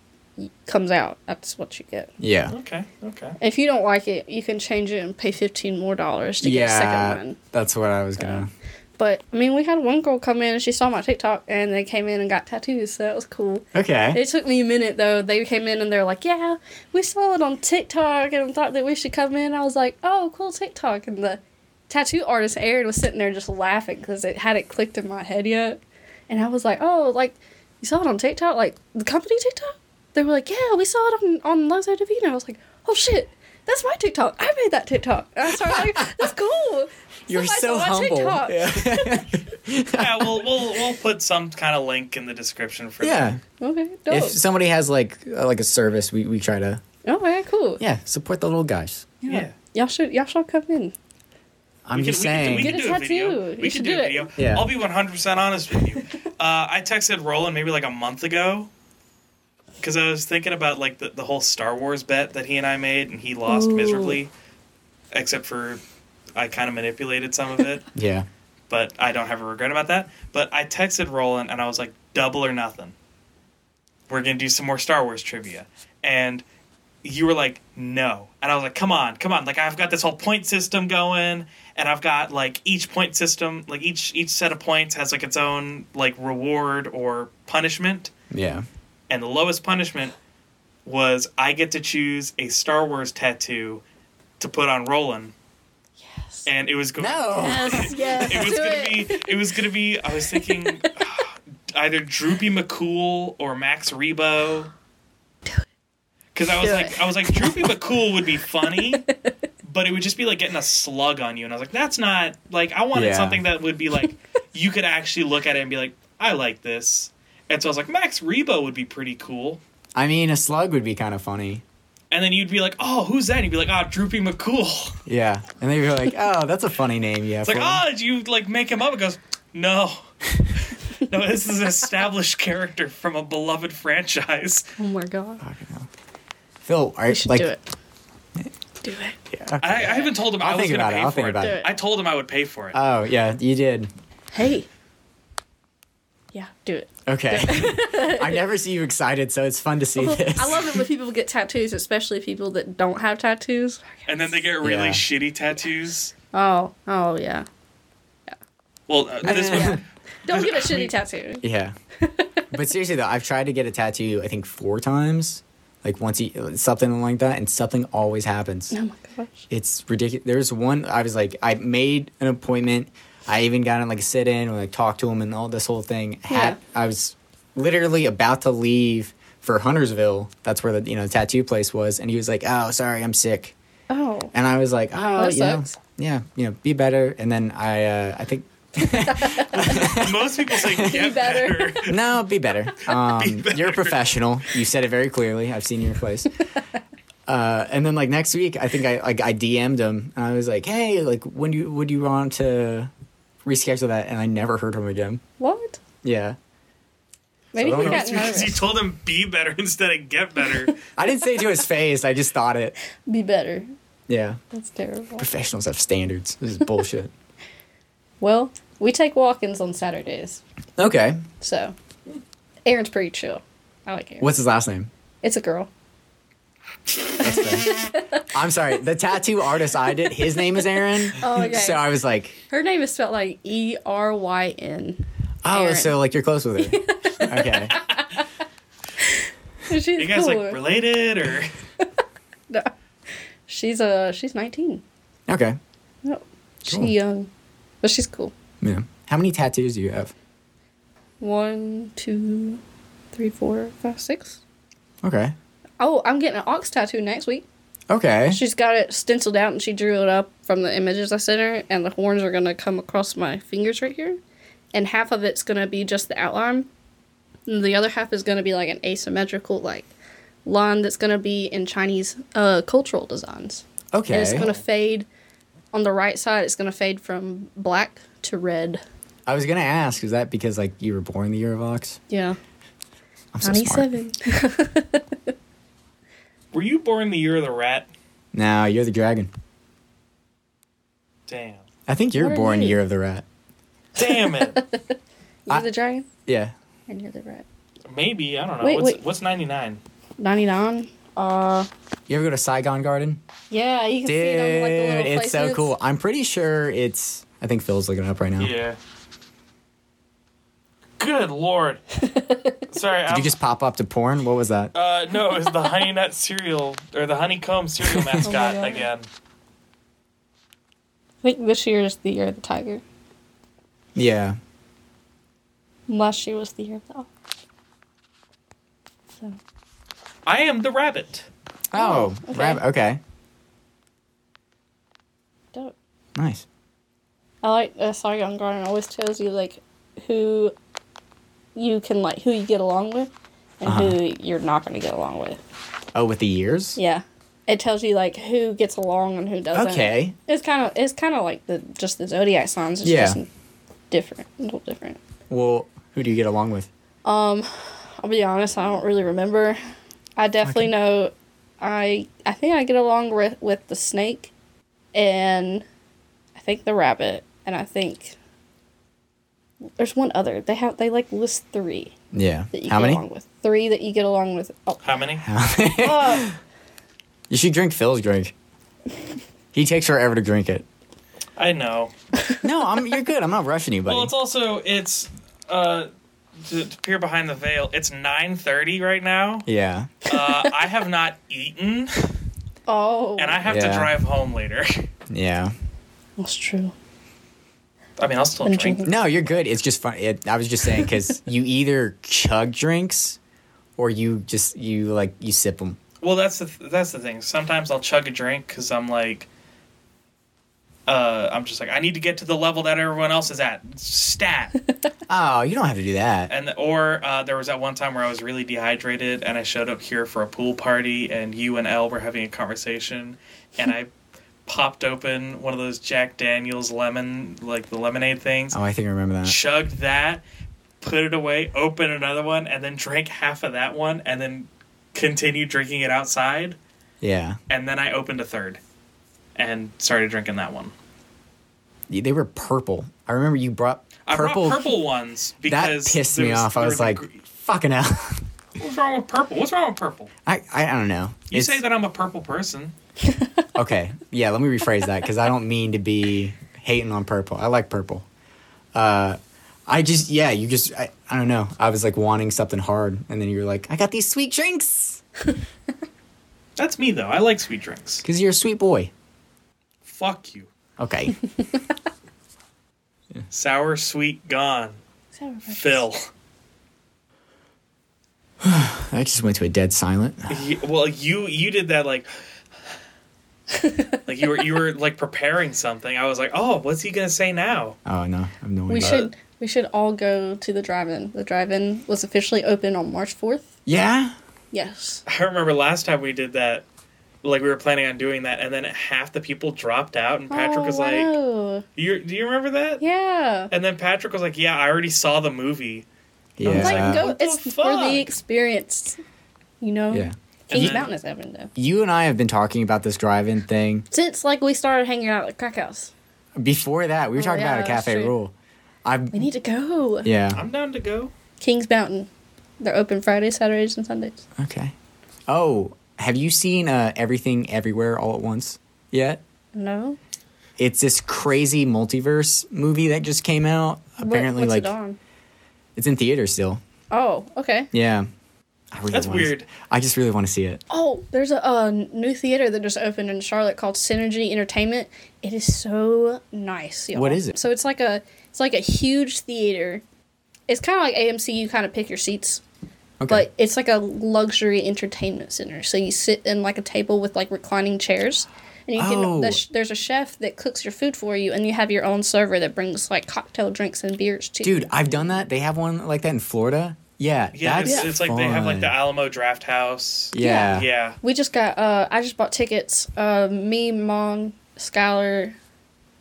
comes out, that's what you get.
Yeah.
Okay. Okay.
If you don't like it, you can change it and pay fifteen more dollars to get a second
Yeah.
one.
That's what I was gonna.
But I mean, we had one girl come in and she saw my TikTok and they came in and got tattoos, so that was cool.
Okay.
It took me a minute though. They came in and they're like, "Yeah, we saw it on TikTok and thought that we should come in." I was like, "Oh, cool TikTok!" And the tattoo artist Aaron was sitting there just laughing because it hadn't clicked in my head yet. And I was like, "Oh, like you saw it on TikTok? Like the company TikTok?" They were like, "Yeah, we saw it on on Lozo Divino." I was like, "Oh shit." That's my TikTok. I made that TikTok. And I started like, that's cool.
You're
Somebody
so
saw my
humble.
TikTok.
Yeah.
yeah, we'll we'll we'll put some kind of link in the description for
yeah.
Okay, dope.
If somebody has like uh, like a service, we, we try to
okay, cool.
yeah support the little guys.
that. Yeah.
Y'all should y'all should come in.
I'm
We
just
could-
saying.
We could, we
Get
could
a
do a video.
tattoo.
We
You
could
should
do
do
a
it.
video.
Yeah.
I'll be 100% honest with you. uh, I texted Roland maybe like a month ago because I was thinking about like the, the whole Star Wars bet that he and I made and he lost
Ooh.
miserably, except for I kind of manipulated some of it,
yeah.
but I don't have a regret about that. But I texted Roland and I was like, double or nothing. We're gonna do some more Star Wars trivia, and you were like, no. And I was like, come on, come on. Like I've got this whole point system going and I've got like each point system, like each each set of points has like its own like reward or punishment.
Yeah.
And the lowest punishment was I get to choose a Star Wars tattoo to put on Roland.
Yes.
And it was going
No.
Yes, yes.
it was
do
gonna
it.
be it was gonna be I was thinking ah, either Droopy McCool or Max Rebo. Because I was
Do
like,
it.
I was like, Droopy McCool would be funny, but it would just be like getting a slug on you, and I was like, that's not like I wanted
Yeah.
something that would be like you could actually look at it and be like, I like this, and so I was like, Max Rebo would be pretty cool,
I mean, a slug would be kind of funny.
and then you'd be like, oh, who's that? And you'd be like, ah, Droopy McCool.
Yeah. And they'd be like, oh, that's a funny name. Yeah.
It's like, oh, did you like make him up? It goes, no. no, this is an established character from a beloved franchise.
Oh my god.
Phil, are
We should
like,
do it. Do it.
Yeah.
I, I haven't told him i
I'll
was
think
going to
about it.
pay
I'll
for
think
it.
about
Do
it.
it.
I told him I would pay for it.
Oh, yeah, you did.
Hey. Yeah, do it.
Okay. I never see you excited, so it's fun to see this.
Oh, I love it when people get tattoos, especially people that don't have tattoos.
and then they get really
Yeah.
shitty tattoos.
Oh, oh yeah.
Well, uh, this
Yeah.
one,
Don't get a shitty tattoo.
Yeah. but seriously though, I've tried to get a tattoo. I think four times, like once e- something like that, and something always happens.
Oh my gosh.
It's ridiculous. There's one I was like, I made an appointment. I even got in like a sit in and like talked to him and all this whole thing. Had, I was literally about to leave for Huntersville. That's where the you know the tattoo place was, and he was like, "Oh, sorry, I'm sick."
Oh.
And I was like, oh,
That
you know,
sucks.
yeah, you know, be better. And then I, uh, I think,
most people say get
better.
better.
no, be better. Um, You're a professional. You said it very clearly. I've seen your place. Uh, and then like next week, I think I like I DM'd him and I was like, hey, like when do you would you want to reschedule that? And I never heard from him again.
What?
Yeah,
Maybe
So
he
don't
got
Because you
nervous.
told him be better instead of get better.
I didn't say it to his face. I just thought it.
Be better.
Yeah,
That's terrible.
professionals have standards. This is bullshit.
Well, we take walk-ins on Saturdays,
okay,
so Aaron's pretty chill. I like Aaron.
what's his last name?
It's a girl.
That's fair. I'm sorry. The tattoo artist I did, his name is Aaron.
Oh, okay.
So I was like,
Her name is spelled like E R Y N.
oh,
Aaron.
so like you're close with her. okay.
She's
You guys
cool.
like related or?
No. She's uh she's nineteen.
Okay.
No.
Cool.
She young. But she's cool.
Yeah. How many tattoos do you have?
One, two, three, four, five, six.
Okay.
Oh, I'm getting an ox tattoo next week.
Okay.
She's got it stenciled out and she drew it up from the images I sent her, and the horns are gonna come across my fingers right here. And half of it's gonna be just the outline. And the other half is gonna be like an asymmetrical like line that's gonna be in Chinese uh, cultural designs.
Okay.
And it's gonna fade on the right side, it's gonna fade from black to red.
I was gonna ask, is that because like you were born the year of ox?
Yeah.
I'm so
Ninety
smart.
seven.
Were you born the year of the rat?
No, you're the dragon.
Damn.
I think you're
What are
born
you?
year of the rat.
Damn it.
I-
You're the dragon?
Yeah.
And you're the red.
Maybe I don't know.
Wait,
what's
wait.
what's ninety nine?
Ninety nine. Uh
You ever go to Saigon Garden?
yeah, you can
Dude,
see it on like the little places.
it's so cool. I'm pretty sure it's. I think Phil's looking it up right now.
Yeah. Good lord. Sorry,
Did
I'm,
you just pop up to porn? What was that?
Uh, no, it was the honey nut cereal or the honeycomb
Oh
cereal mascot
God.
again.
I think this year is the year of the tiger.
yeah.
Last year was the year of the ox. So
I am the rabbit.
Oh,
okay.
rabbit. Okay.
dope.
Nice.
I like uh, Saigon Garden always tells you like who you can like who you get along with and
Uh-huh.
who you're not gonna get along with.
Oh, with the years?
Yeah. It tells you like who gets along and who doesn't.
Okay.
It's kind of it's kind of like the just the zodiac signs. It's
Yeah.
just different, a little different.
Well, who do you get along with?
I'll be honest, I don't really remember. I definitely
Okay.
know I I think I get along with, with the snake and I think the rabbit and I think there's one other. They have they like list 3
Yeah.
that you
How
get
many?
along with. Three that you get along with. Oh,
How many?
oh,
You should drink Phil's drink. he takes forever to drink it.
I know.
No, I'm. You're good. I'm not rushing anybody.
Well, it's also it's uh to, to peer behind the veil. It's nine thirty right now.
yeah.
Uh, I have not eaten,
oh.
and I have to
Yeah.
drive home later.
Yeah.
That's true.
I mean, I'll still
And
drink.
drink.
No, you're good. It's just funny. It, I was just saying because you either chug drinks, or you just you like you sip them.
Well, that's the th- that's the thing. Sometimes I'll chug a drink because I'm like, uh, I'm just like I need to get to the level that everyone else is at. Stat.
Oh, you don't have to do that.
and or uh, there was that one time where I was really dehydrated and I showed up here for a pool party and you and Elle were having a conversation and I popped open one of those Jack Daniels lemon like the lemonade things,
Oh, I think I remember that.
chugged that, put it away, opened another one, and then drank half of that one and then continued drinking it outside
Yeah,
and then I opened a third and started drinking that one.
Y- they were purple. I remember you brought
I
purple.
brought purple ones
that
because
pissed
there
me off. I
there
was
a
like,
gr-
fucking hell.
what's wrong with purple? What's wrong with purple?
I, I I don't know.
You
It's-
say that I'm a purple person.
Okay. Yeah, let me rephrase that because I don't mean to be hating on purple. I like purple. Uh, I just, yeah, you just, I, I don't know. I was like wanting something hard. And then you were like, I got these sweet drinks
That's me though. I like sweet drinks.
because you're a sweet boy.
Fuck you.
Okay.
Sour sweet gone. Phil.
I just went to a dead silent.
You- well, you you did that like like you were you were like preparing something. I was like, "Oh, what's he going to say now?"
Oh, no. I have no
We
idea.
should we should all go to the drive-in. The drive-in was officially open on March fourth.
Yeah.
Yes.
I remember last time we did that like we were planning on doing that and then half the people dropped out and Patrick
oh,
was
I
like,
know.
"You do you remember that?"
yeah.
And then Patrick was like, "Yeah, I already saw the movie."
Yeah.
It's like go.
What the
It's for
fuck?
the experience. You know.
yeah.
And
Kings
then-
Mountain is open though.
You and I have been talking about this drive in thing.
Since like we started hanging out at Crack House,
Before that, we were
Oh,
talking
yeah,
about a
that's
cafe
true.
rule. I'm,
we need to go.
yeah.
I'm down to go.
Kings Mountain. They're open Fridays, Saturdays, and Sundays.
Okay. Oh, have you seen uh, Everything Everywhere All at Once yet?
No.
it's this crazy multiverse movie that just came out.
What-
Apparently,
what's
like
it on?
it's in theaters still.
Oh, okay.
Yeah, I really
That's
wanna s-
weird.
I just really want to see it.
Oh, there's a, uh new theater that just opened in Charlotte called Synergy Entertainment. It is so nice. Y'all.
What is it?
So it's like a it's like a huge theater. It's kind of like AMC. You kind of pick your seats,
Okay.
but it's like a luxury entertainment center. So you sit in like a table with like reclining chairs, and you
Oh.
can the, sh- there's a chef that cooks your food for you, and you have your own server that brings like cocktail drinks and beers to you.
Dude, I've done that. They have one like that in Florida. Yeah,
Yeah,
that's
it's, it's like they have like
fun.
the Alamo Draft House.
Yeah.
Yeah.
We just got. Uh, I just bought tickets. Uh, me, mom, Skylar,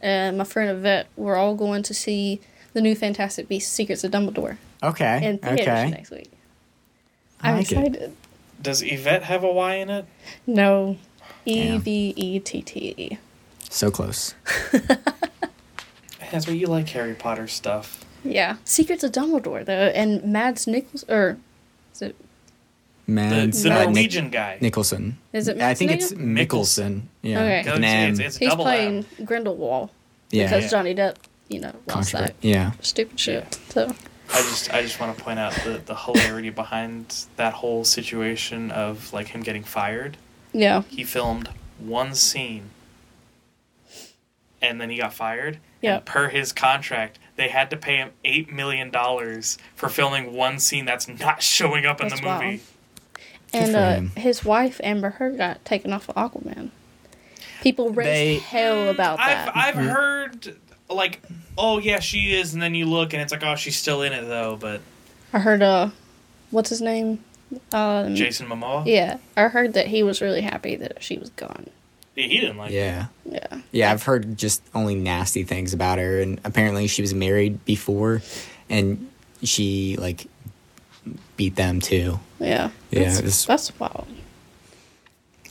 and my friend Yvette. We're all going to see the new Fantastic Beasts: Secrets of Dumbledore
Okay.
in theaters
okay.
next week.
I
I'm
like it.
excited.
Does Yvette have a Y in it?
No, E
Damn.
V E T T E.
So close.
That's where you like Harry Potter stuff.
Yeah, Secrets of Dumbledore though, and Mads Nichols or is it
The,
Man,
the
uh, Nic-
Norwegian guy.
Nicholson.
Is it
I think
Mickelson?
it's Mickelson. Yeah.
Okay.
with
No,
an M.
it's, it's, it's
he's
double
playing
M.
Grindelwald
yeah.
because
Yeah.
Johnny Depp, you know, lost
Controver-
that
Yeah.
stupid shit. So
I just I just want to point out the, the hilarity behind that whole situation of like him getting fired.
yeah,
He filmed one scene and then he got fired.
Yeah.
And per his contract, they had to pay him eight million dollars for filming one scene that's not showing up in
That's
the movie.
and
for
uh,
him.
his wife Amber Heard got taken off of Aquaman. People raised
They-
hell about that.
I've I've heard like, oh yeah, she is, and then you look and it's like, oh, she's still in it though. But
I heard uh, what's his name? Um,
Jason Momoa,
Yeah, I heard that he was really happy that she was gone.
yeah, he didn't like. it.
Yeah.
Yeah,
Yeah, I've heard just only nasty things about her, and apparently she was married before, and she like beat them too.
yeah,
Yeah,
That's,
it's-
that's wild.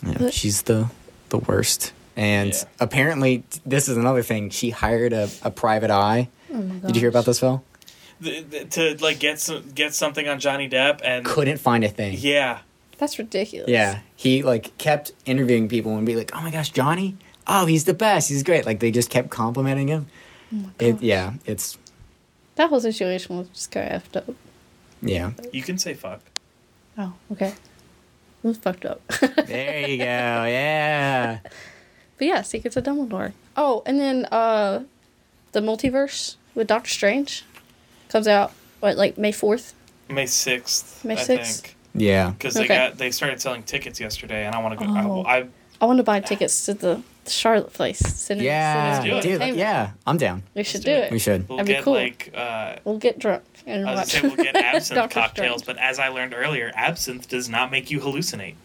Yeah,
But-
she's the the worst. And
Yeah.
apparently, this is another thing. She hired a, a private eye.
Oh my god!
Did you hear about this, Phil?
th- th- to like get some get something on Johnny Depp and
Couldn't find a thing.
yeah,
That's ridiculous.
Yeah, he like kept interviewing people and be like, "Oh my gosh, Johnny! Oh, he's the best. He's great." Like they just kept complimenting him. It, yeah, it's
That whole situation was just kind of effed up.
yeah.
you can say fuck.
Oh, okay. It was fucked up.
There you go. Yeah.
But yeah, Secrets of Dumbledore. Oh, and then uh the multiverse with Doctor Strange comes out what like May fourth.
May sixth.
May
I
6th?
think.
Yeah.
Because
Okay.
they got they started selling tickets yesterday, and I want to go.
Oh.
I, I
I want to buy tickets to the Charlotte place. Cine-
Yeah.
do it.
Dude,
Entertainment.
yeah, I'm down.
we should
do it.
do it.
We should.
we'll
That'd be
get
cool.
like uh,
We'll get drunk and
I was
watch.
gonna say we'll get absinthe
Doctor
cocktails,
Strange.
but as I learned earlier, absinthe does not make you hallucinate.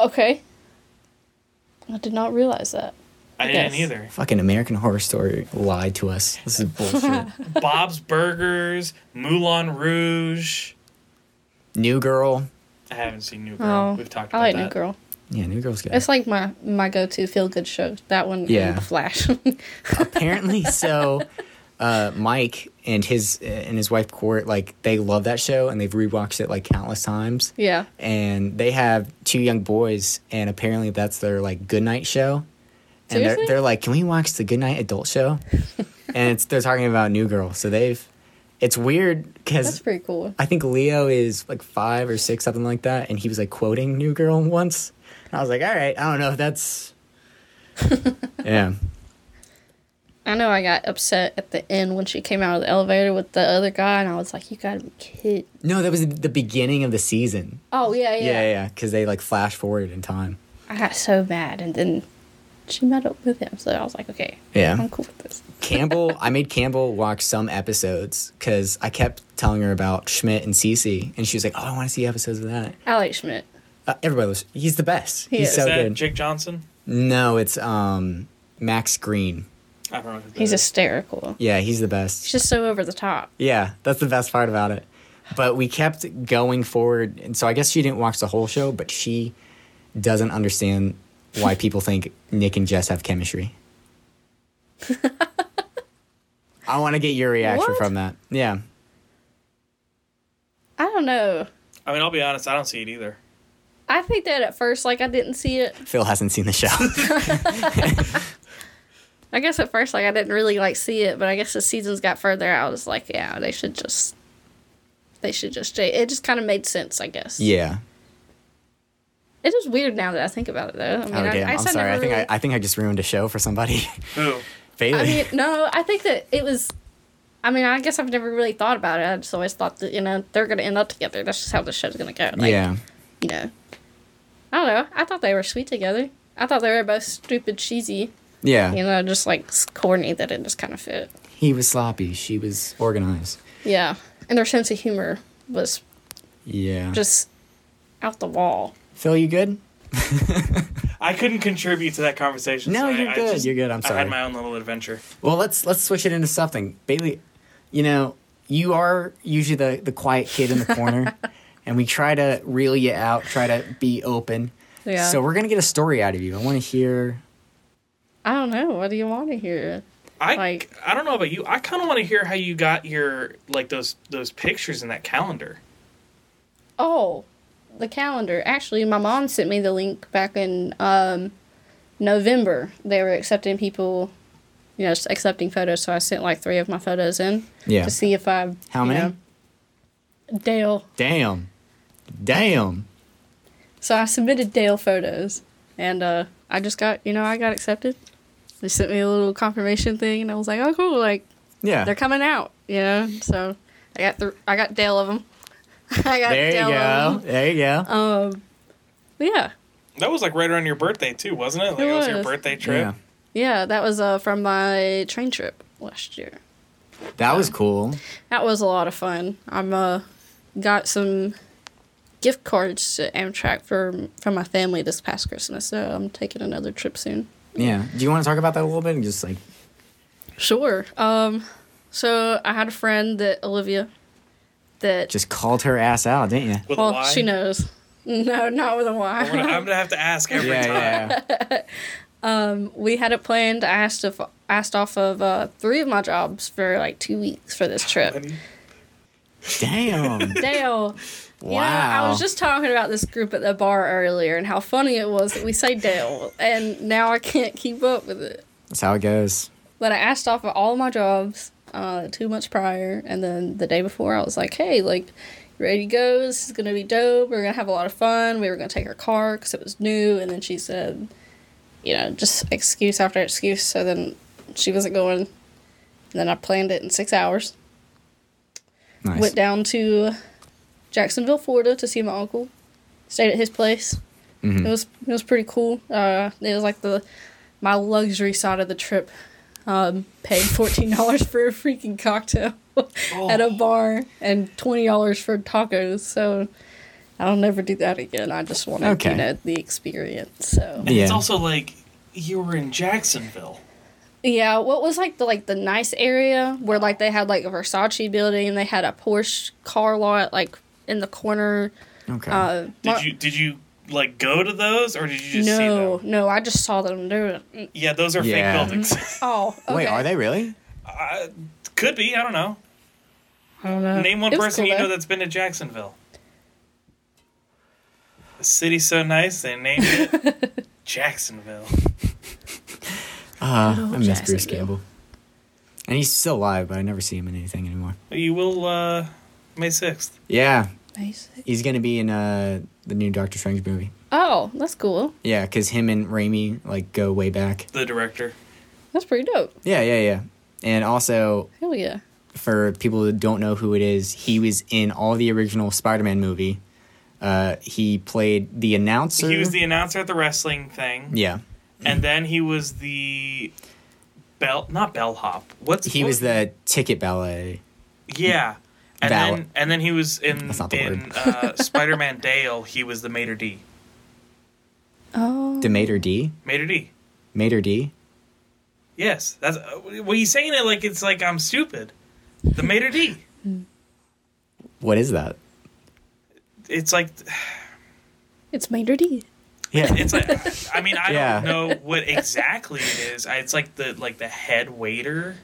Okay. I did not realize that.
I
Yes.
didn't either.
Fucking American Horror Story lied to us. This is bullshit.
Bob's Burgers, Moulin Rouge.
New Girl.
I haven't seen New Girl.
Oh,
We've talked
I
about
like
that.
New Girl.
Yeah, New Girl's good.
It's like my my go to feel good show. That one.
Yeah.
And the Flash.
apparently so uh, mike and his and his wife court like they love that show and they've rewatched it like countless times
yeah.
and they have two young boys and apparently that's their like good night show and they're,
Seriously?
they're like can we watch the good night adult show and it's they're talking about new girl so they've it's weird
That's
because
pretty cool.
i think leo is like five or six something like that and he was like quoting new girl once and i was like all right i don't know if that's yeah
I know I got upset at the end when she came out of the elevator with the other guy, and I was like, "You gotta be kidding!"
No, that was the beginning of the season.
Oh yeah, yeah.
Yeah, yeah, because they like flash forward in time.
I got so mad, and then she met up with him, so I was like, "Okay,
Yeah.
I'm cool with this."
Campbell, I made Campbell watch some episodes because I kept telling her about Schmidt and Cece, and she was like, "Oh, I want to see episodes of that."
Alex Schmidt.
Uh, everybody was, he's the best.
He
he's
is.
so
Is that
good.
Jake Johnson?
no, it's um Max Green.
I don't know. Who that
He's
is.
hysterical.
Yeah, he's the best.
He's just so over the top.
Yeah, that's the best part about it. But we kept going forward, and so I guess she didn't watch the whole show, but she doesn't understand why people think Nick and Jess have chemistry. I want to get your reaction
What?
from that. Yeah,
I don't know.
I mean, I'll be honest. I don't see it either.
I think that at first, like, I didn't see it.
Phil hasn't seen the show.
I guess at first, like, I didn't really like see it, but I guess as seasons got further, I was like, "Yeah, they should just, they should just." date." It just kind of made sense, I guess.
yeah.
It is weird now that I think about it, though. I mean,
Oh
I,
damn!
I
I, am
guess I
sorry.
never
I think
really-
I, I think I just ruined a show for somebody.
Who?
Bailey.
I mean, no, I think that it was. I mean, I guess I've never really thought about it. I just always thought that you know they're gonna end up together. That's just how the show's gonna go. Like,
yeah.
You know. I don't know. I thought they were sweet together. I thought they were both stupid, cheesy.
Yeah.
You know, just like s- corny that it just kind of fit.
He was sloppy. She was organized.
Yeah, and their sense of humor was
Yeah.
just out the wall.
Phil, you good?
I couldn't contribute to that conversation.
No,
so I-
you're
I
good.
just-
You're good, I'm
I
sorry.
had my own little adventure.
Well, let's let's switch it into something, Bailey. You know, you are usually the the quiet kid in the corner, and we try to reel you out, try to be open.
Yeah.
So we're gonna get a story out of you. I want to hear.
I don't know. What do you want to hear?
I
Like-
I don't know about you. I kind of want to hear how you got your like those those pictures in that calendar.
Oh, the calendar. Actually, my mom sent me the link back in um, November. They were accepting people, you know, just accepting photos. So I sent like three of my photos in
Yeah.
to see if I.
How
you
many?
know, Dale.
Damn. Damn.
So I submitted Dale photos, and uh, I just got, you know, I got accepted. They sent me a little confirmation thing, and I was like, oh, cool. Like
Yeah.
they're coming out, you know. So I got th- I got Dale of them. I got
there you
Dale of 'em.
go. There you go.
Um, but yeah.
That was like right around your birthday too, wasn't it? Like
It
it was your
was.
birthday trip.
yeah.
Yeah, that was uh, from my train trip last year.
That was cool.
That was a lot of fun. I'm uh, got some gift cards to Amtrak for from my family this past Christmas, so I'm taking another trip soon.
Yeah. Do you want to talk about that a little bit? And just like,
Sure. Um, so I had a friend that Olivia, that
just called her ass out, didn't you?
With a
well
Y.
she knows. No, not with a
I'm gonna,
Y.
I'm gonna have to ask every
Yeah,
time.
yeah.
Um, we had it planned. I asked if asked off of uh, three of my jobs for like two weeks for this trip.
Damn.
Dale,
wow.
You know, I was just talking about this group at the bar earlier and how funny it was that we say Dale, and now I can't keep up with it.
That's how it goes.
But I asked off of all my jobs uh, two months prior, and then the day before, I was like, hey, like, you ready to go? This is going to be dope. We're going to have a lot of fun. We were going to take her car because it was new. And then she said, you know, just excuse after excuse. So then she wasn't going. And then I planned it in six hours.
Nice.
Went down to Jacksonville, Florida, to see my uncle. Stayed at his place. It was it was pretty cool. Uh, it was like the my luxury side of the trip. Um, paid fourteen dollars for a freaking cocktail at a bar and twenty dollars for tacos. So I'll never do that again. I just wanted
Okay.
you know the experience. So
And it's
Yeah.
also like you were in Jacksonville.
Yeah, what was like the like the nice area where like they had like a Versace building and they had a Porsche car lot like in the corner.
Okay.
Uh,
Did
Mar-
you did you like go to those or did you just see
no,
them?
no, I just saw them do it.
Yeah, those are
Yeah.
fake buildings.
Oh, okay.
Wait, are they really?
I, could be. I don't know.
I don't know.
Name one
Uh, It was
person
cool,
you know
though.
that's been to Jacksonville. The city's so nice they named it Jacksonville.
Uh, I miss
Jackson
Bruce
did.
Campbell. And he's still alive, but I never see him in anything anymore.
You will uh, May sixth.
Yeah,
Nice.
he's gonna be in uh the new Doctor Strange movie.
Oh, that's cool.
Yeah, cause him and Raimi like go way back.
The director.
That's pretty dope.
Yeah, yeah, yeah. And also,
Hell yeah.
for people that don't know who it is, he was in all the original Spider-Man movie. Uh, he played the announcer.
He was the announcer at the wrestling thing,
yeah.
and then he was the bell, not bellhop. What's
He was the ticket ballet.
yeah, and
Valet.
then and then he was in
That's not the
in
word.
uh, Spider Man Dale. He was the Mater D.
Oh.
The Mater D.
Mater D.
Mater D.
Yes, that's uh, well. He's saying it like it's like I'm stupid. The Mater D.
What is that?
It's like
It's Mater D.
Yeah.
it's like I mean I
Yeah.
don't know what exactly it is. I, it's like the like the head waiter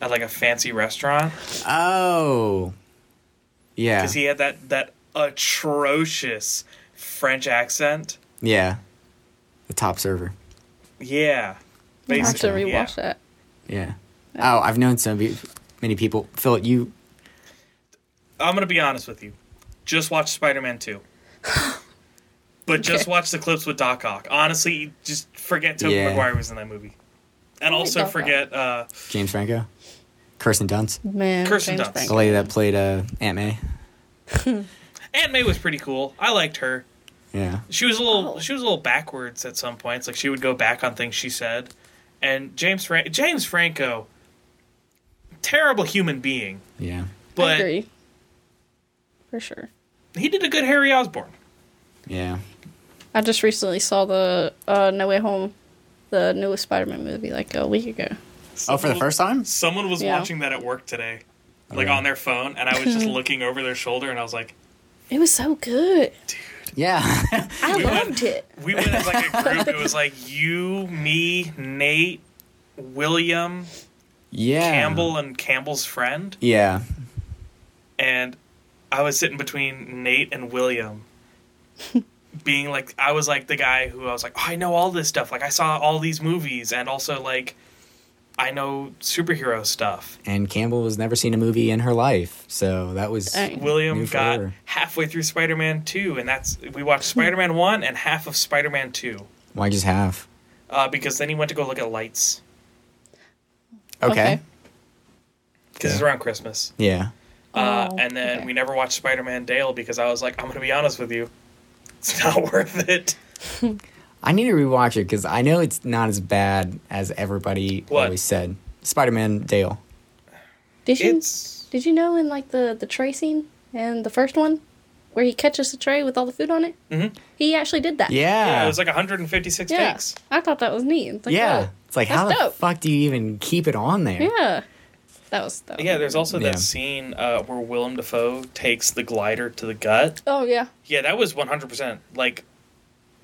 at like a fancy restaurant
Oh. Yeah.
because he had that that atrocious French accent.
yeah. The top server.
Yeah,
I have to
Basically,
rewatch
yeah.
that.
Yeah. Oh, I've known so be- many people. Phil, you.
I'm gonna be honest with you. Just watch Spider Man Two. But just
Okay.
watch the clips with Doc Ock. Honestly, just forget Tobey
Yeah.
Maguire was in that movie, and
I like
also
Doc Ock.
forget uh,
James Franco, Kirsten Dunst,
Man,
Kirsten
James
Dunst.
the
Franco.
lady that played uh, Aunt May.
Aunt May was pretty cool. I liked her.
Yeah.
She was a little
Oh.
she was a little backwards at some points. Like she would go back on things she said. And James Fran- James Franco, terrible human being,
Yeah.
I
but
agree. For sure.
he did a good Harry Osborn.
Yeah.
I just recently saw the uh, No Way Home, the newest Spider Man movie, like a week ago.
Oh, for the first time?
Someone was
Yeah.
watching that at work today, like
Okay.
on their phone, and I was just looking over their shoulder, and I was like,
It was so good.
Yeah.
I
We went-
loved it.
we went as like a group. It was like you, me, Nate, William,
yeah.
Campbell, and Campbell's friend.
Yeah.
and I was sitting between Nate and William, being like, I was like the guy who I was like, oh, I know all this stuff. Like, I saw all these movies, and also like, I know superhero stuff.
And Campbell has never seen a movie in her life, so that was.
Dang.
William
New
got
forever.
halfway through Spider Man Two, and that's we watched Spider Man One and half of Spider Man Two,
Why just half?
uh, because then he went to go look at lights
Okay.
Okay.
because it's
Yeah.
around Christmas.
Yeah.
Uh,
Oh,
and then
okay.
we never watched Spider Man Dale because I was like, I'm gonna be honest with you, it's not worth it.
I need to rewatch it because I know it's not as bad as everybody
What?
always said. Spider Man Dale.
Did you
It's
did you know in like the the tray scene and the first one where he catches the tray with all the food on it?
Mhm.
He actually did that.
Mm-hmm. Yeah.
yeah, it was like 156
Yeah.
takes.
I thought that was neat. It's like,
yeah.
whoa,
It's like,
that's
how the
dope.
fuck do you even keep it on there?
Yeah. That was that was
Yeah, there's also
Yeah.
that scene uh, where Willem Dafoe takes the glider to the gut.
Oh yeah.
Yeah, that was 100%. Like,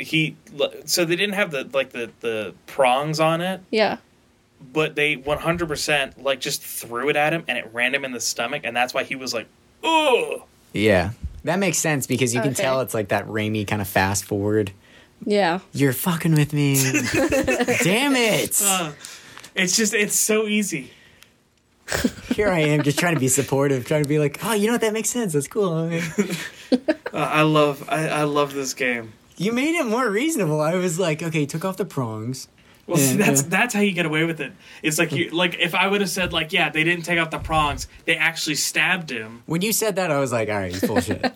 he so they didn't have the like the the prongs on it
Yeah.
but they 100% like just threw it at him and it ran him in the stomach and that's why he was like oh
Yeah. That makes sense because you can
Okay.
tell it's like that Raimi kind of fast forward.
Yeah.
You're fucking with me. Damn it.
Uh, it's just it's so easy
Here I am just trying to be supportive, trying to be like, oh, you know what? That makes sense. That's cool. I mean,
uh, i love I, I love this game
you made it more reasonable. I was like, okay, took off the prongs.
well see,
Yeah,
that's
yeah.
that's how you get away with it it's like you like if i would have said like yeah they didn't take out the prongs they actually stabbed him
When you said that, I was like, all right, he's bullshit.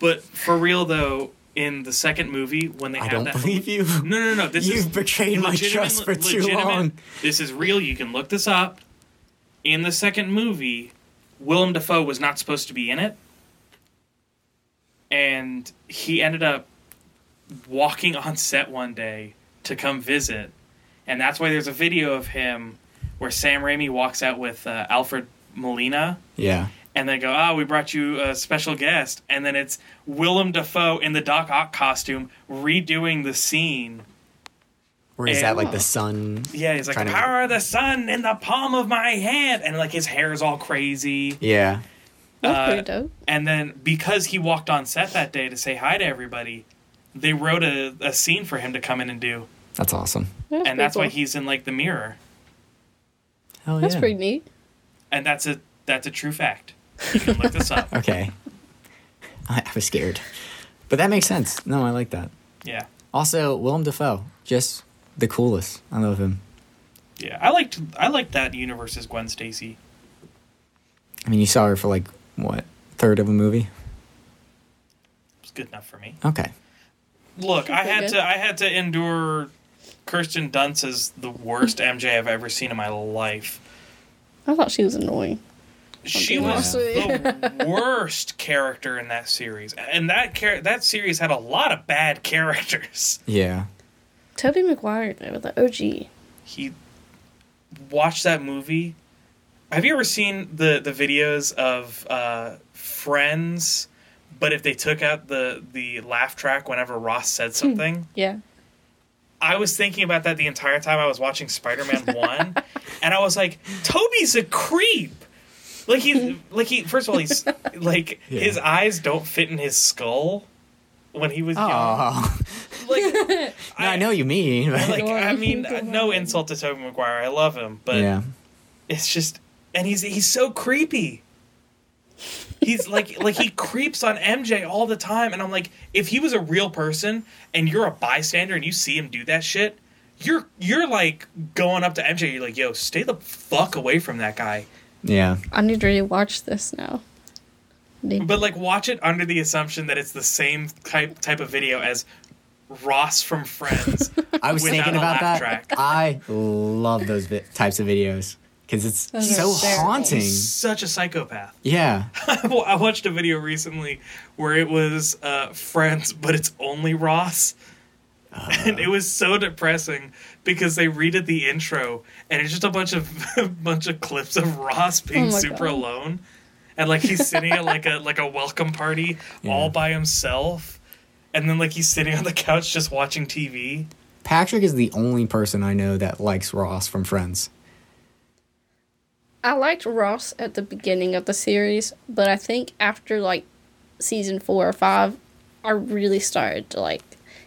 but for real though in the second movie when they
I
have
don't
that
believe you.
no no no this is
You've betrayed my trust for
Legitimate-
too
legitimate-
long.
This is real. You can look this up. In the second movie, Willem Dafoe was not supposed to be in it, and he ended up walking on set one day to come visit, and that's why there's a video of him where Sam Raimi walks out with uh, Alfred Molina.
Yeah.
And they go, oh, we brought you a special guest. And then it's Willem Dafoe in the Doc Ock costume redoing the scene
Or is
And-
that like the sun?
yeah, he's like
Trying
the
to-
power of the sun in the palm of my hand, and like his hair is all crazy.
Yeah.
That's
Uh,
pretty dope.
And then because he walked on set that day to say hi to everybody, they wrote a, a scene for him to come in and do,
That's awesome.
That's
and that's
cool.
why he's in like the mirror,
Hell
That's
yeah.
pretty neat.
and that's a that's a true fact. You can look this up.
Okay. I, I was scared. But that makes sense. No, I like that.
Yeah,
Also, Willem Dafoe, just the coolest. I love him.
yeah. I liked I liked that universe as Gwen Stacy.
I mean, you saw her for like, what, third of a movie?
It's good enough for me.
Okay.
Look, I had
Okay.
to I had to endure Kirsten Dunst as the worst MJ I've ever seen in my life.
I thought she was annoying.
she
being
was
honest
the worst character in that series, and that char- that series had a lot of bad characters.
Yeah.
Toby Maguire though, the OG.
He watched that movie. Have you ever seen the the videos of uh, Friends? But if they took out the the laugh track whenever Ross said something,
Yeah.
I was thinking about that the entire time I was watching Spider Man One, and I was like, Toby's a creep. Like he's like he first of all he's like
Yeah.
his eyes don't fit in his skull when he was young.
Oh,
Like
no, I, know you mean. But
Like I
Adorable.
mean, no insult to Toby Maguire, I love him, but
yeah.
it's just and he's he's so creepy. He's like like he creeps on MJ all the time and I'm like if he was a real person and you're a bystander and you see him do that shit, you're you're like going up to MJ you're like yo, stay the fuck away from that guy.
Yeah.
I need to rewatch this now. Need-
But like watch it under the assumption that it's the same type type of video as Ross from Friends.
I was
Without
thinking
a
about that.
laugh track.
I love those vi- types of videos because it's
Those are
so
hysterical.
haunting.
Such a psychopath.
Yeah.
Well, I watched a video recently where it was uh, Friends, but it's only Ross. and it was so depressing because they redid the intro and it's just a bunch of a bunch of clips of Ross being
Oh my
super
God.
alone. And like he's sitting at like a like a welcome party all by himself. And then like he's sitting on the couch just watching TV.
Patrick is the only person I know that likes Ross from Friends.
I liked Ross at the beginning of the series, but I think after like season four or five, I really started to like.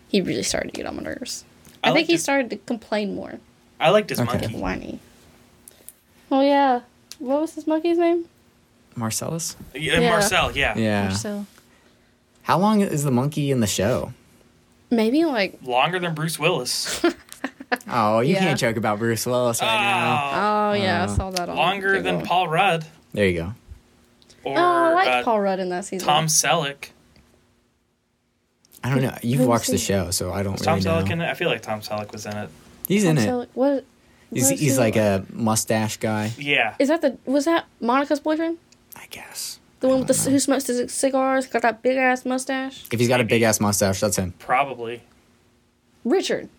He really started to get on my nerves.
I
I,
liked Mm-hmm.
think he
his-
started to complain more.
I liked his
Okay.
Get
monkey.
whiny. Oh yeah, what was this monkey's name?
Marcellus?
Yeah,
Yeah.
Marcel, yeah.
Yeah.
Marcel.
How long is the monkey in the show?
Maybe like
Longer than Bruce Willis.
Oh, you
Yeah.
can't joke about Bruce Willis right now.
Oh,
oh yeah, I
Uh,
saw that on
longer than
Google.
Paul Rudd.
There you go.
Or
Oh, I like
uh,
Paul Rudd in that season.
Tom Selleck.
I don't know. You've
Who's
watched the
he?
show, so I don't
Was Tom
really know.
Selleck in it? I feel like Tom Selleck was in it.
He's in
Tom
it.
Selleck- What?
He's,
what is
he's
he
like a mustache guy,
Yeah.
Is that the? Was that Monica's boyfriend?
I guess.
The one with
don't
the,
know.
who smokes his cigars, got that big ass mustache?
If he's got a big ass mustache, that's him.
Probably.
Richard.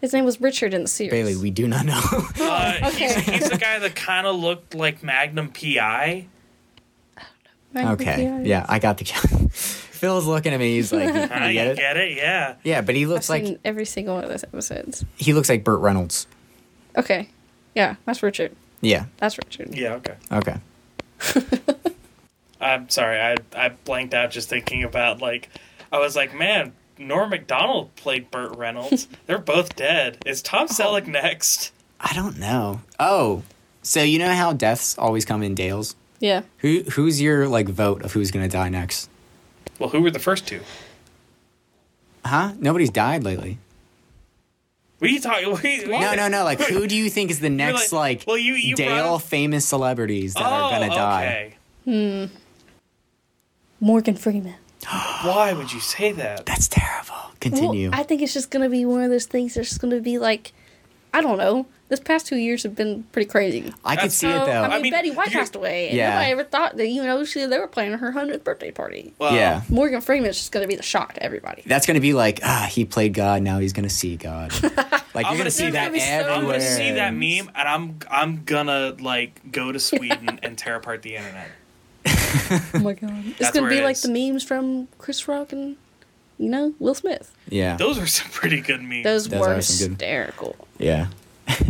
His name was Richard in the series.
Bailey, we do not know.
Uh, he's,
Okay.
he's the guy that kind of looked like Magnum PI.
Right,
okay.
yeah.
Yeah, I got the Phil's looking at me. He's like, you,
Ah,
you get
you
it?
get it? Yeah.
Yeah, but he
I've
looks
seen
like
every single one of those episodes.
he looks like Burt Reynolds.
Okay. Yeah, that's Richard.
Yeah.
That's Richard.
Yeah, okay.
Okay.
I'm sorry. I I blanked out just thinking about like I was like, man, Norm Macdonald played Burt Reynolds. They're both dead. Is Tom
Oh.
Selleck next?
I don't know. Oh, so you know how deaths always come in dales?
Yeah.
Who who's your like vote of who's gonna die next?
Well, who were the first two?
Huh? Nobody's died lately.
What are you talking? What are you,
No, no, no. Like, who do you think is the next
like,
like,
well, you- you brought
Dale
up-
famous celebrities that
Oh,
are gonna die?
okay.
Morgan Freeman.
Why would you say that?
That's terrible. Continue.
Well, I think it's just gonna be one of those things that's just gonna be like, I don't know. This past two years have been pretty crazy.
I, could
That's
see it
So,
though.
I mean,
I mean,
Betty White
you're-
passed away. And
Yeah.
Nobody ever thought that you know she they were planning her hundredth birthday party.
Well,
yeah.
Morgan Freeman's just gonna be the shock to everybody.
That's gonna be like, ah, he played God. Now he's gonna see God.
I'm
Like you're
gonna
gonna see
see-
that
I'm gonna
everywhere.
I'm gonna see that
and-
meme, and I'm I'm gonna like go to Sweden and tear apart the internet.
Oh my god! It's
That's
gonna
where
be
it
like
is.
the memes from Chris Rock and you know Will Smith.
Yeah.
Those were some pretty good memes.
Those,
Those
were
are some good-
hysterical.
Yeah.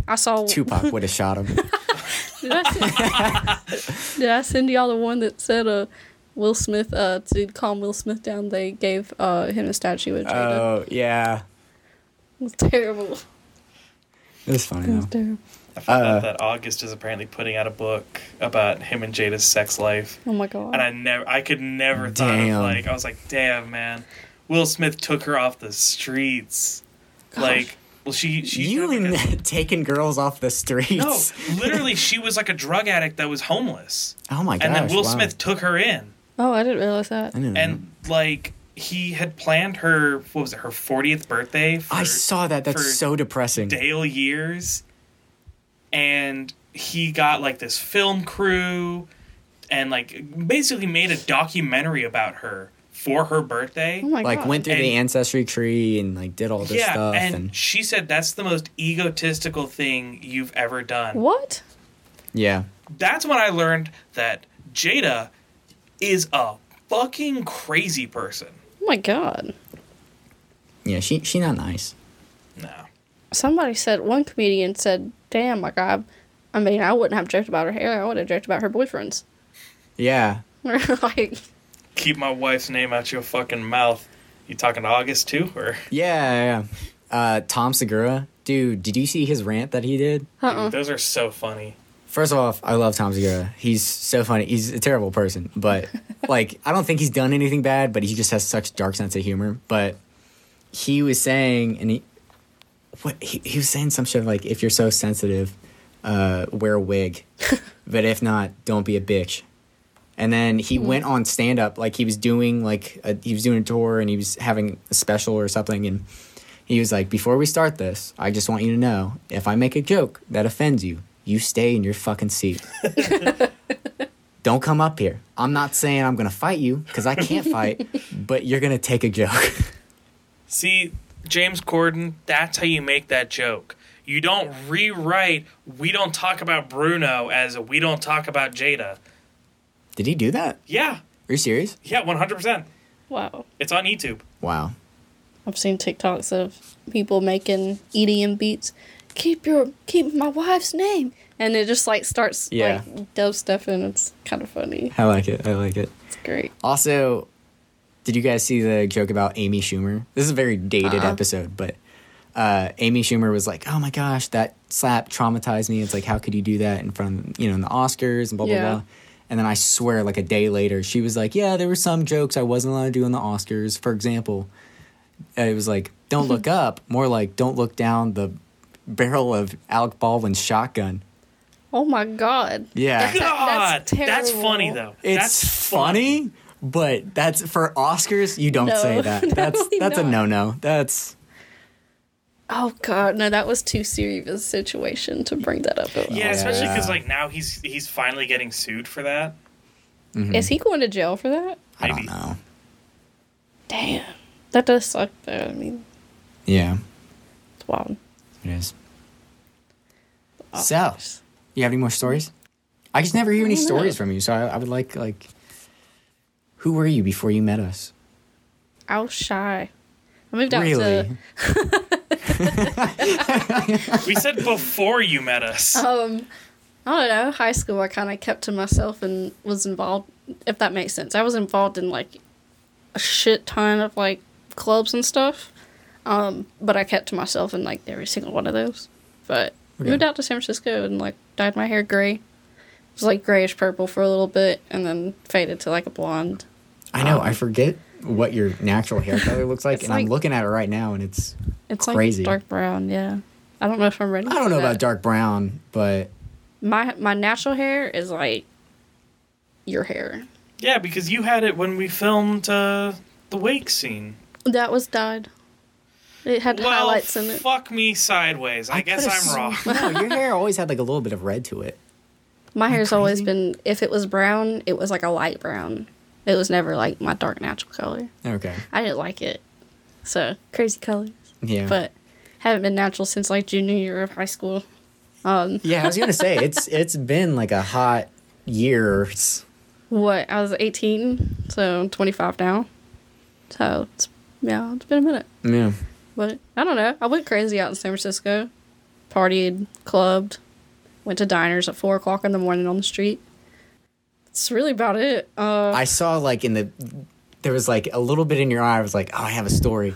I saw
Tupac would have shot him.
Did I, send, did I send y'all the one that said uh, Will Smith uh, to calm Will Smith down? They gave uh, him a statue of Jada.
Oh yeah.
it was terrible.
It was funny
It was
though.
terrible.
I found
uh,
out that August is apparently putting out a book about him and Jada's sex life.
Oh my god.
and I never, I could never thought
Damn.
of like I was like, damn man, Will Smith took her off the streets, like well she she
You and taking girls off the streets.
no literally she was like a drug addict that was homeless,
Oh my gosh.
and then Will
wow.
Smith took her in,
oh, I didn't realize that.
I didn't know.
and like he had planned her what was it her fortieth birthday. For
I saw that. That's
for
so depressing.
Dale years, and he got like this film crew, and like basically made a documentary about her for her birthday.
Oh my
like
god.
went through the ancestry tree and like did all this
yeah,
stuff
and,
and,
she said that's the most egotistical thing you've ever done.
What?
yeah.
That's when I learned that Jada is a fucking crazy person.
Oh my god.
Yeah, she she not nice.
No.
Somebody said, one comedian said, damn, my god. I mean, I wouldn't have joked about her hair. I would have joked about her boyfriends.
Yeah.
like,
Keep my wife's name out your fucking mouth. You talking to August too, or
Yeah, yeah. Uh Tom Segura. Dude, did you see his rant that he did?
Uh-uh.
Dude, those are so funny.
First off, I love Tom Segura. He's so funny. He's a terrible person, but like I don't think he's done anything bad, but he just has such dark sense of humor. But he was saying and he what he, he was saying some shit like if you're so sensitive, uh wear a wig. but if not, don't be a bitch. And then he went on stand up like he was doing like a, he was doing a tour and he was having a special or something and he was like, Before we start this, I just want you to know if I make a joke that offends you, you stay in your fucking seat. Don't come up here. I'm not saying I'm gonna fight you because I can't fight, but you're gonna take a joke.
See, James Corden, that's how you make that joke. You don't rewrite we don't talk about Bruno as we don't talk about Jada.
Did he do that?
Yeah.
Are you serious?
Yeah, 100%.
wow.
It's on YouTube.
Wow.
I've seen TikToks of people making EDM beats. Keep your keep my wife's name, and it just like starts
Yeah.
like dub stuff, and it's kind of funny.
I like it. I like it.
It's great.
Also, did you guys see the joke about Amy Schumer? This is a very dated episode, but uh, Amy Schumer was like, "Oh my gosh, that slap traumatized me." It's like, how could you do that in front, of, you know, in the Oscars and blah blah
Yeah.
blah. And then I swear, like a day later, she was like, "Yeah, there were some jokes I wasn't allowed to do in the Oscars. For example, uh, it was like, don't look up, more like, don't look down the barrel of Alec Baldwin's shotgun."
Oh my god.
Yeah.
God,
That's
that's,
terrible.
funny though.
It's
that's
funny, but that's for Oscars. You don't
No,
say that. That's
definitely
that's a
not.
no no. That's
Oh god, no, that was too serious a situation to bring that up. at all.
Yeah, especially because
Oh, Yeah.
like now he's he's finally getting sued for that.
Mm-hmm.
Is he going to jail for that?
I don't
Maybe.
know.
Damn, that does suck. Though I mean,
Yeah,
it's wild.
it is. So, you have any more stories? I just never hear any
don't know.
stories from you, so I, I would like like. Who were you before you met us?
I was shy. I moved out
Really?
to
We said before you met us.
um I don't know, high school I kinda kept to myself and was involved if that makes sense. I was involved in like a shit ton of like clubs and stuff. Um, but I kept to myself in like every single one of those. But
Okay.
moved out to San Francisco and like dyed my hair gray. It was like grayish purple for a little bit and then faded to like a blonde.
I know. I forget what your natural hair color looks like,
Um, It's
and I'm
like-
looking at it right now, and it's
It's
Crazy.
like dark brown, yeah. I don't know if I'm ready.
I don't
for
know
that.
about dark brown, but
My my natural hair is like your hair.
Yeah, because you had it when we filmed uh, the wake scene.
That was dyed. It had
Well,
highlights in it.
fuck me sideways. I, guess
could've
I'm wrong.
s- no, your hair always had like a little bit of red to it.
My hair's always
crazy?
been if it was brown, it was like a light brown. It was never like my dark natural color.
Okay.
I didn't like it. So crazy colors.
Yeah.
But haven't been natural since like junior year of high school.
yeah, I was gonna say it's it's been like a hot years.
What? I was eighteen, so I'm twenty five now. So it's yeah, it's been a minute.
Yeah.
But I don't know. I went crazy out in San Francisco. Partied, clubbed, went to diners at four o'clock in the morning on the street. That's really about it. Uh,
I saw like in the there was like a little bit in your eye. I was like, oh, I have a story,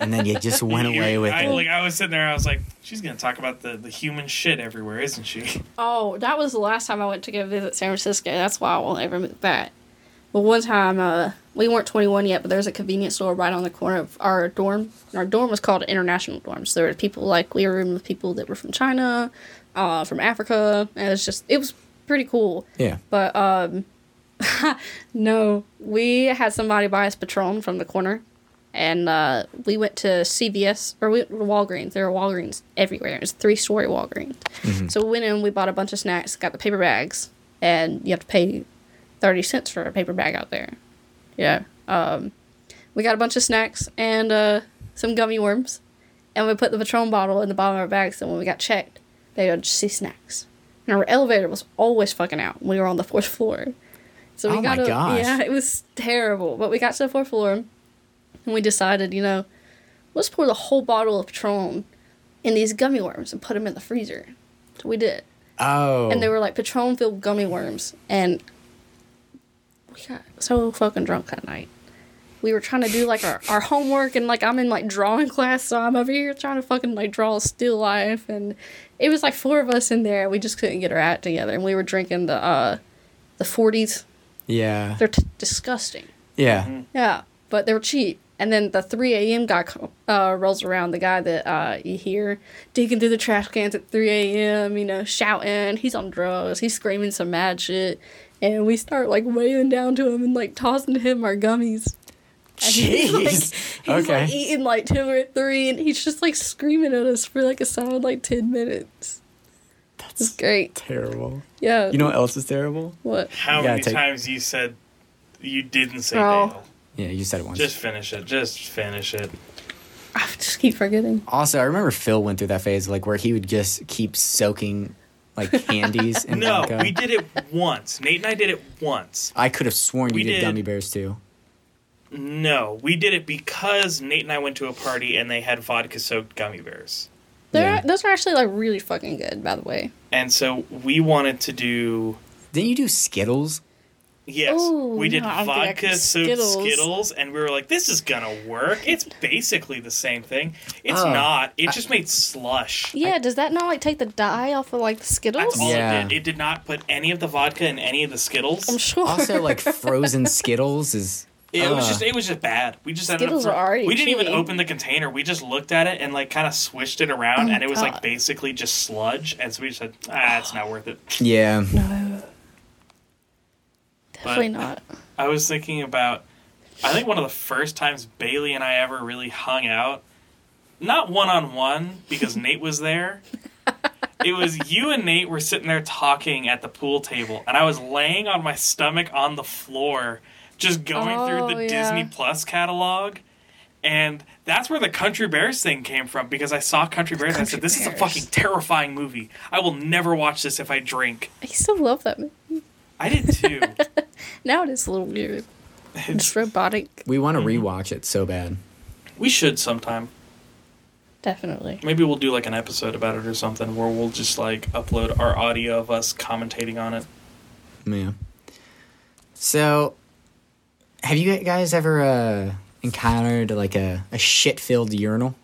and then you just went away with
I,
it.
Like I was sitting there, I was like, she's gonna talk about the, the human shit everywhere, isn't she?
oh, that was the last time I went to go visit San Francisco. That's why I won't ever move back. But one time, uh, we weren't 21 yet, but there was a convenience store right on the corner of our dorm. And our dorm was called International Dorm. So there were people like, we were rooming with people that were from China, uh, from Africa. And it was just, it was pretty cool.
yeah.
But um no, we had somebody buy us Patron from the corner and uh we went to CVS or we went to Walgreens. There were Walgreens everywhere. It was three story Walgreens. So we went in, we bought a bunch of snacks, got the paper bags, and you have to pay thirty cents for a paper bag out there. Yeah. Um we got a bunch of snacks and uh some gummy worms and we put the Patron bottle in the bottom of our bags. And when we got checked, they would just see snacks. And our elevator was always fucking out. We were on the fourth floor, so we
Oh
got
my
a-
gosh.
yeah, it was terrible. But we got to the fourth floor, and we decided, you know, let's pour the whole bottle of Patron in these gummy worms and put them in the freezer. So we did,
Oh.
and they were like Patron filled gummy worms, and we got so fucking drunk that night. We were trying to do like our, our homework, and like I'm in like drawing class, so I'm over here trying to fucking like draw a still life, and it was like four of us in there, and we just couldn't get our act together, and we were drinking the uh the 40s.
yeah.
They're t- disgusting.
Mm-hmm.
Yeah.
Yeah, but they were cheap. And then the 3 a.m. guy co- uh, rolls around, the guy that uh, you hear digging through the trash cans at 3 a.m., you know, shouting. He's on drugs. He's screaming some mad shit. And we start like wailing down to him and like tossing him our gummies. And he's, like-
Jeez.
He's like
okay.
eating like two or three, and he's just like screaming at us for like a solid like 10 minutes. It's
That's
great.
terrible.
Yeah.
You know what else is terrible?
what?
How
You gotta
many
take-
times you said you didn't say
Oh.
bail?
Yeah, you said it once.
Just finish it. Just finish it.
I just keep forgetting.
also, I remember Phil went through that phase, like where he would just keep soaking like candies in
No,
vodka.
we did it once. Nate and I did it once.
I could have sworn
We
you did,
did.
gummy bears too.
No, we did it because Nate and I went to a party and they had vodka soaked gummy bears.
They're,
Yeah.
Those are actually like really fucking good, by the way.
And so we wanted to do
Didn't you do Skittles?
Yes,
Ooh,
we did
no, I don't think I
vodka
could-
soaked Skittles.
Skittles.
and we were like, "This is gonna work." It's basically the same thing. It's
Oh.
not. It just made slush.
Yeah, does that not like take the dye off of like the Skittles?
That's all
Yeah.
it did. It did not put any of the vodka in any of the Skittles.
I'm sure.
Also, like frozen Skittles is. uh,
It was
Ugh.
just it was just bad. We just ended up
Skittles are
throw-
already
we didn't even
cheating.
open the container. We just looked at it and like kind of swished it around,
Oh
and it was like
God.
basically just sludge. And so we just said, "Ah, it's not worth it."
Yeah.
Definitely
but-
not.
I was thinking about, I think one of the first times Bailey and I ever really hung out, not one on one because Nate was there. It was you and Nate were sitting there talking at the pool table, and I was laying on my stomach on the floor, just going through
Oh,
the
yeah.
Disney Plus catalog. And that's where the Country Bears thing came from because I saw Country Bears and I
Country
said, This is a
Bears.
fucking terrifying movie. I will never watch this if I drink.
I still love that movie.
I did too.
Now it is a little weird. It's robotic.
We want to rewatch it so bad.
We should sometime.
Definitely.
Maybe we'll do like an episode about it or something where we'll just like upload our audio of us commentating on it.
Yeah. So, have you guys ever uh, encountered like a, a shit filled urinal?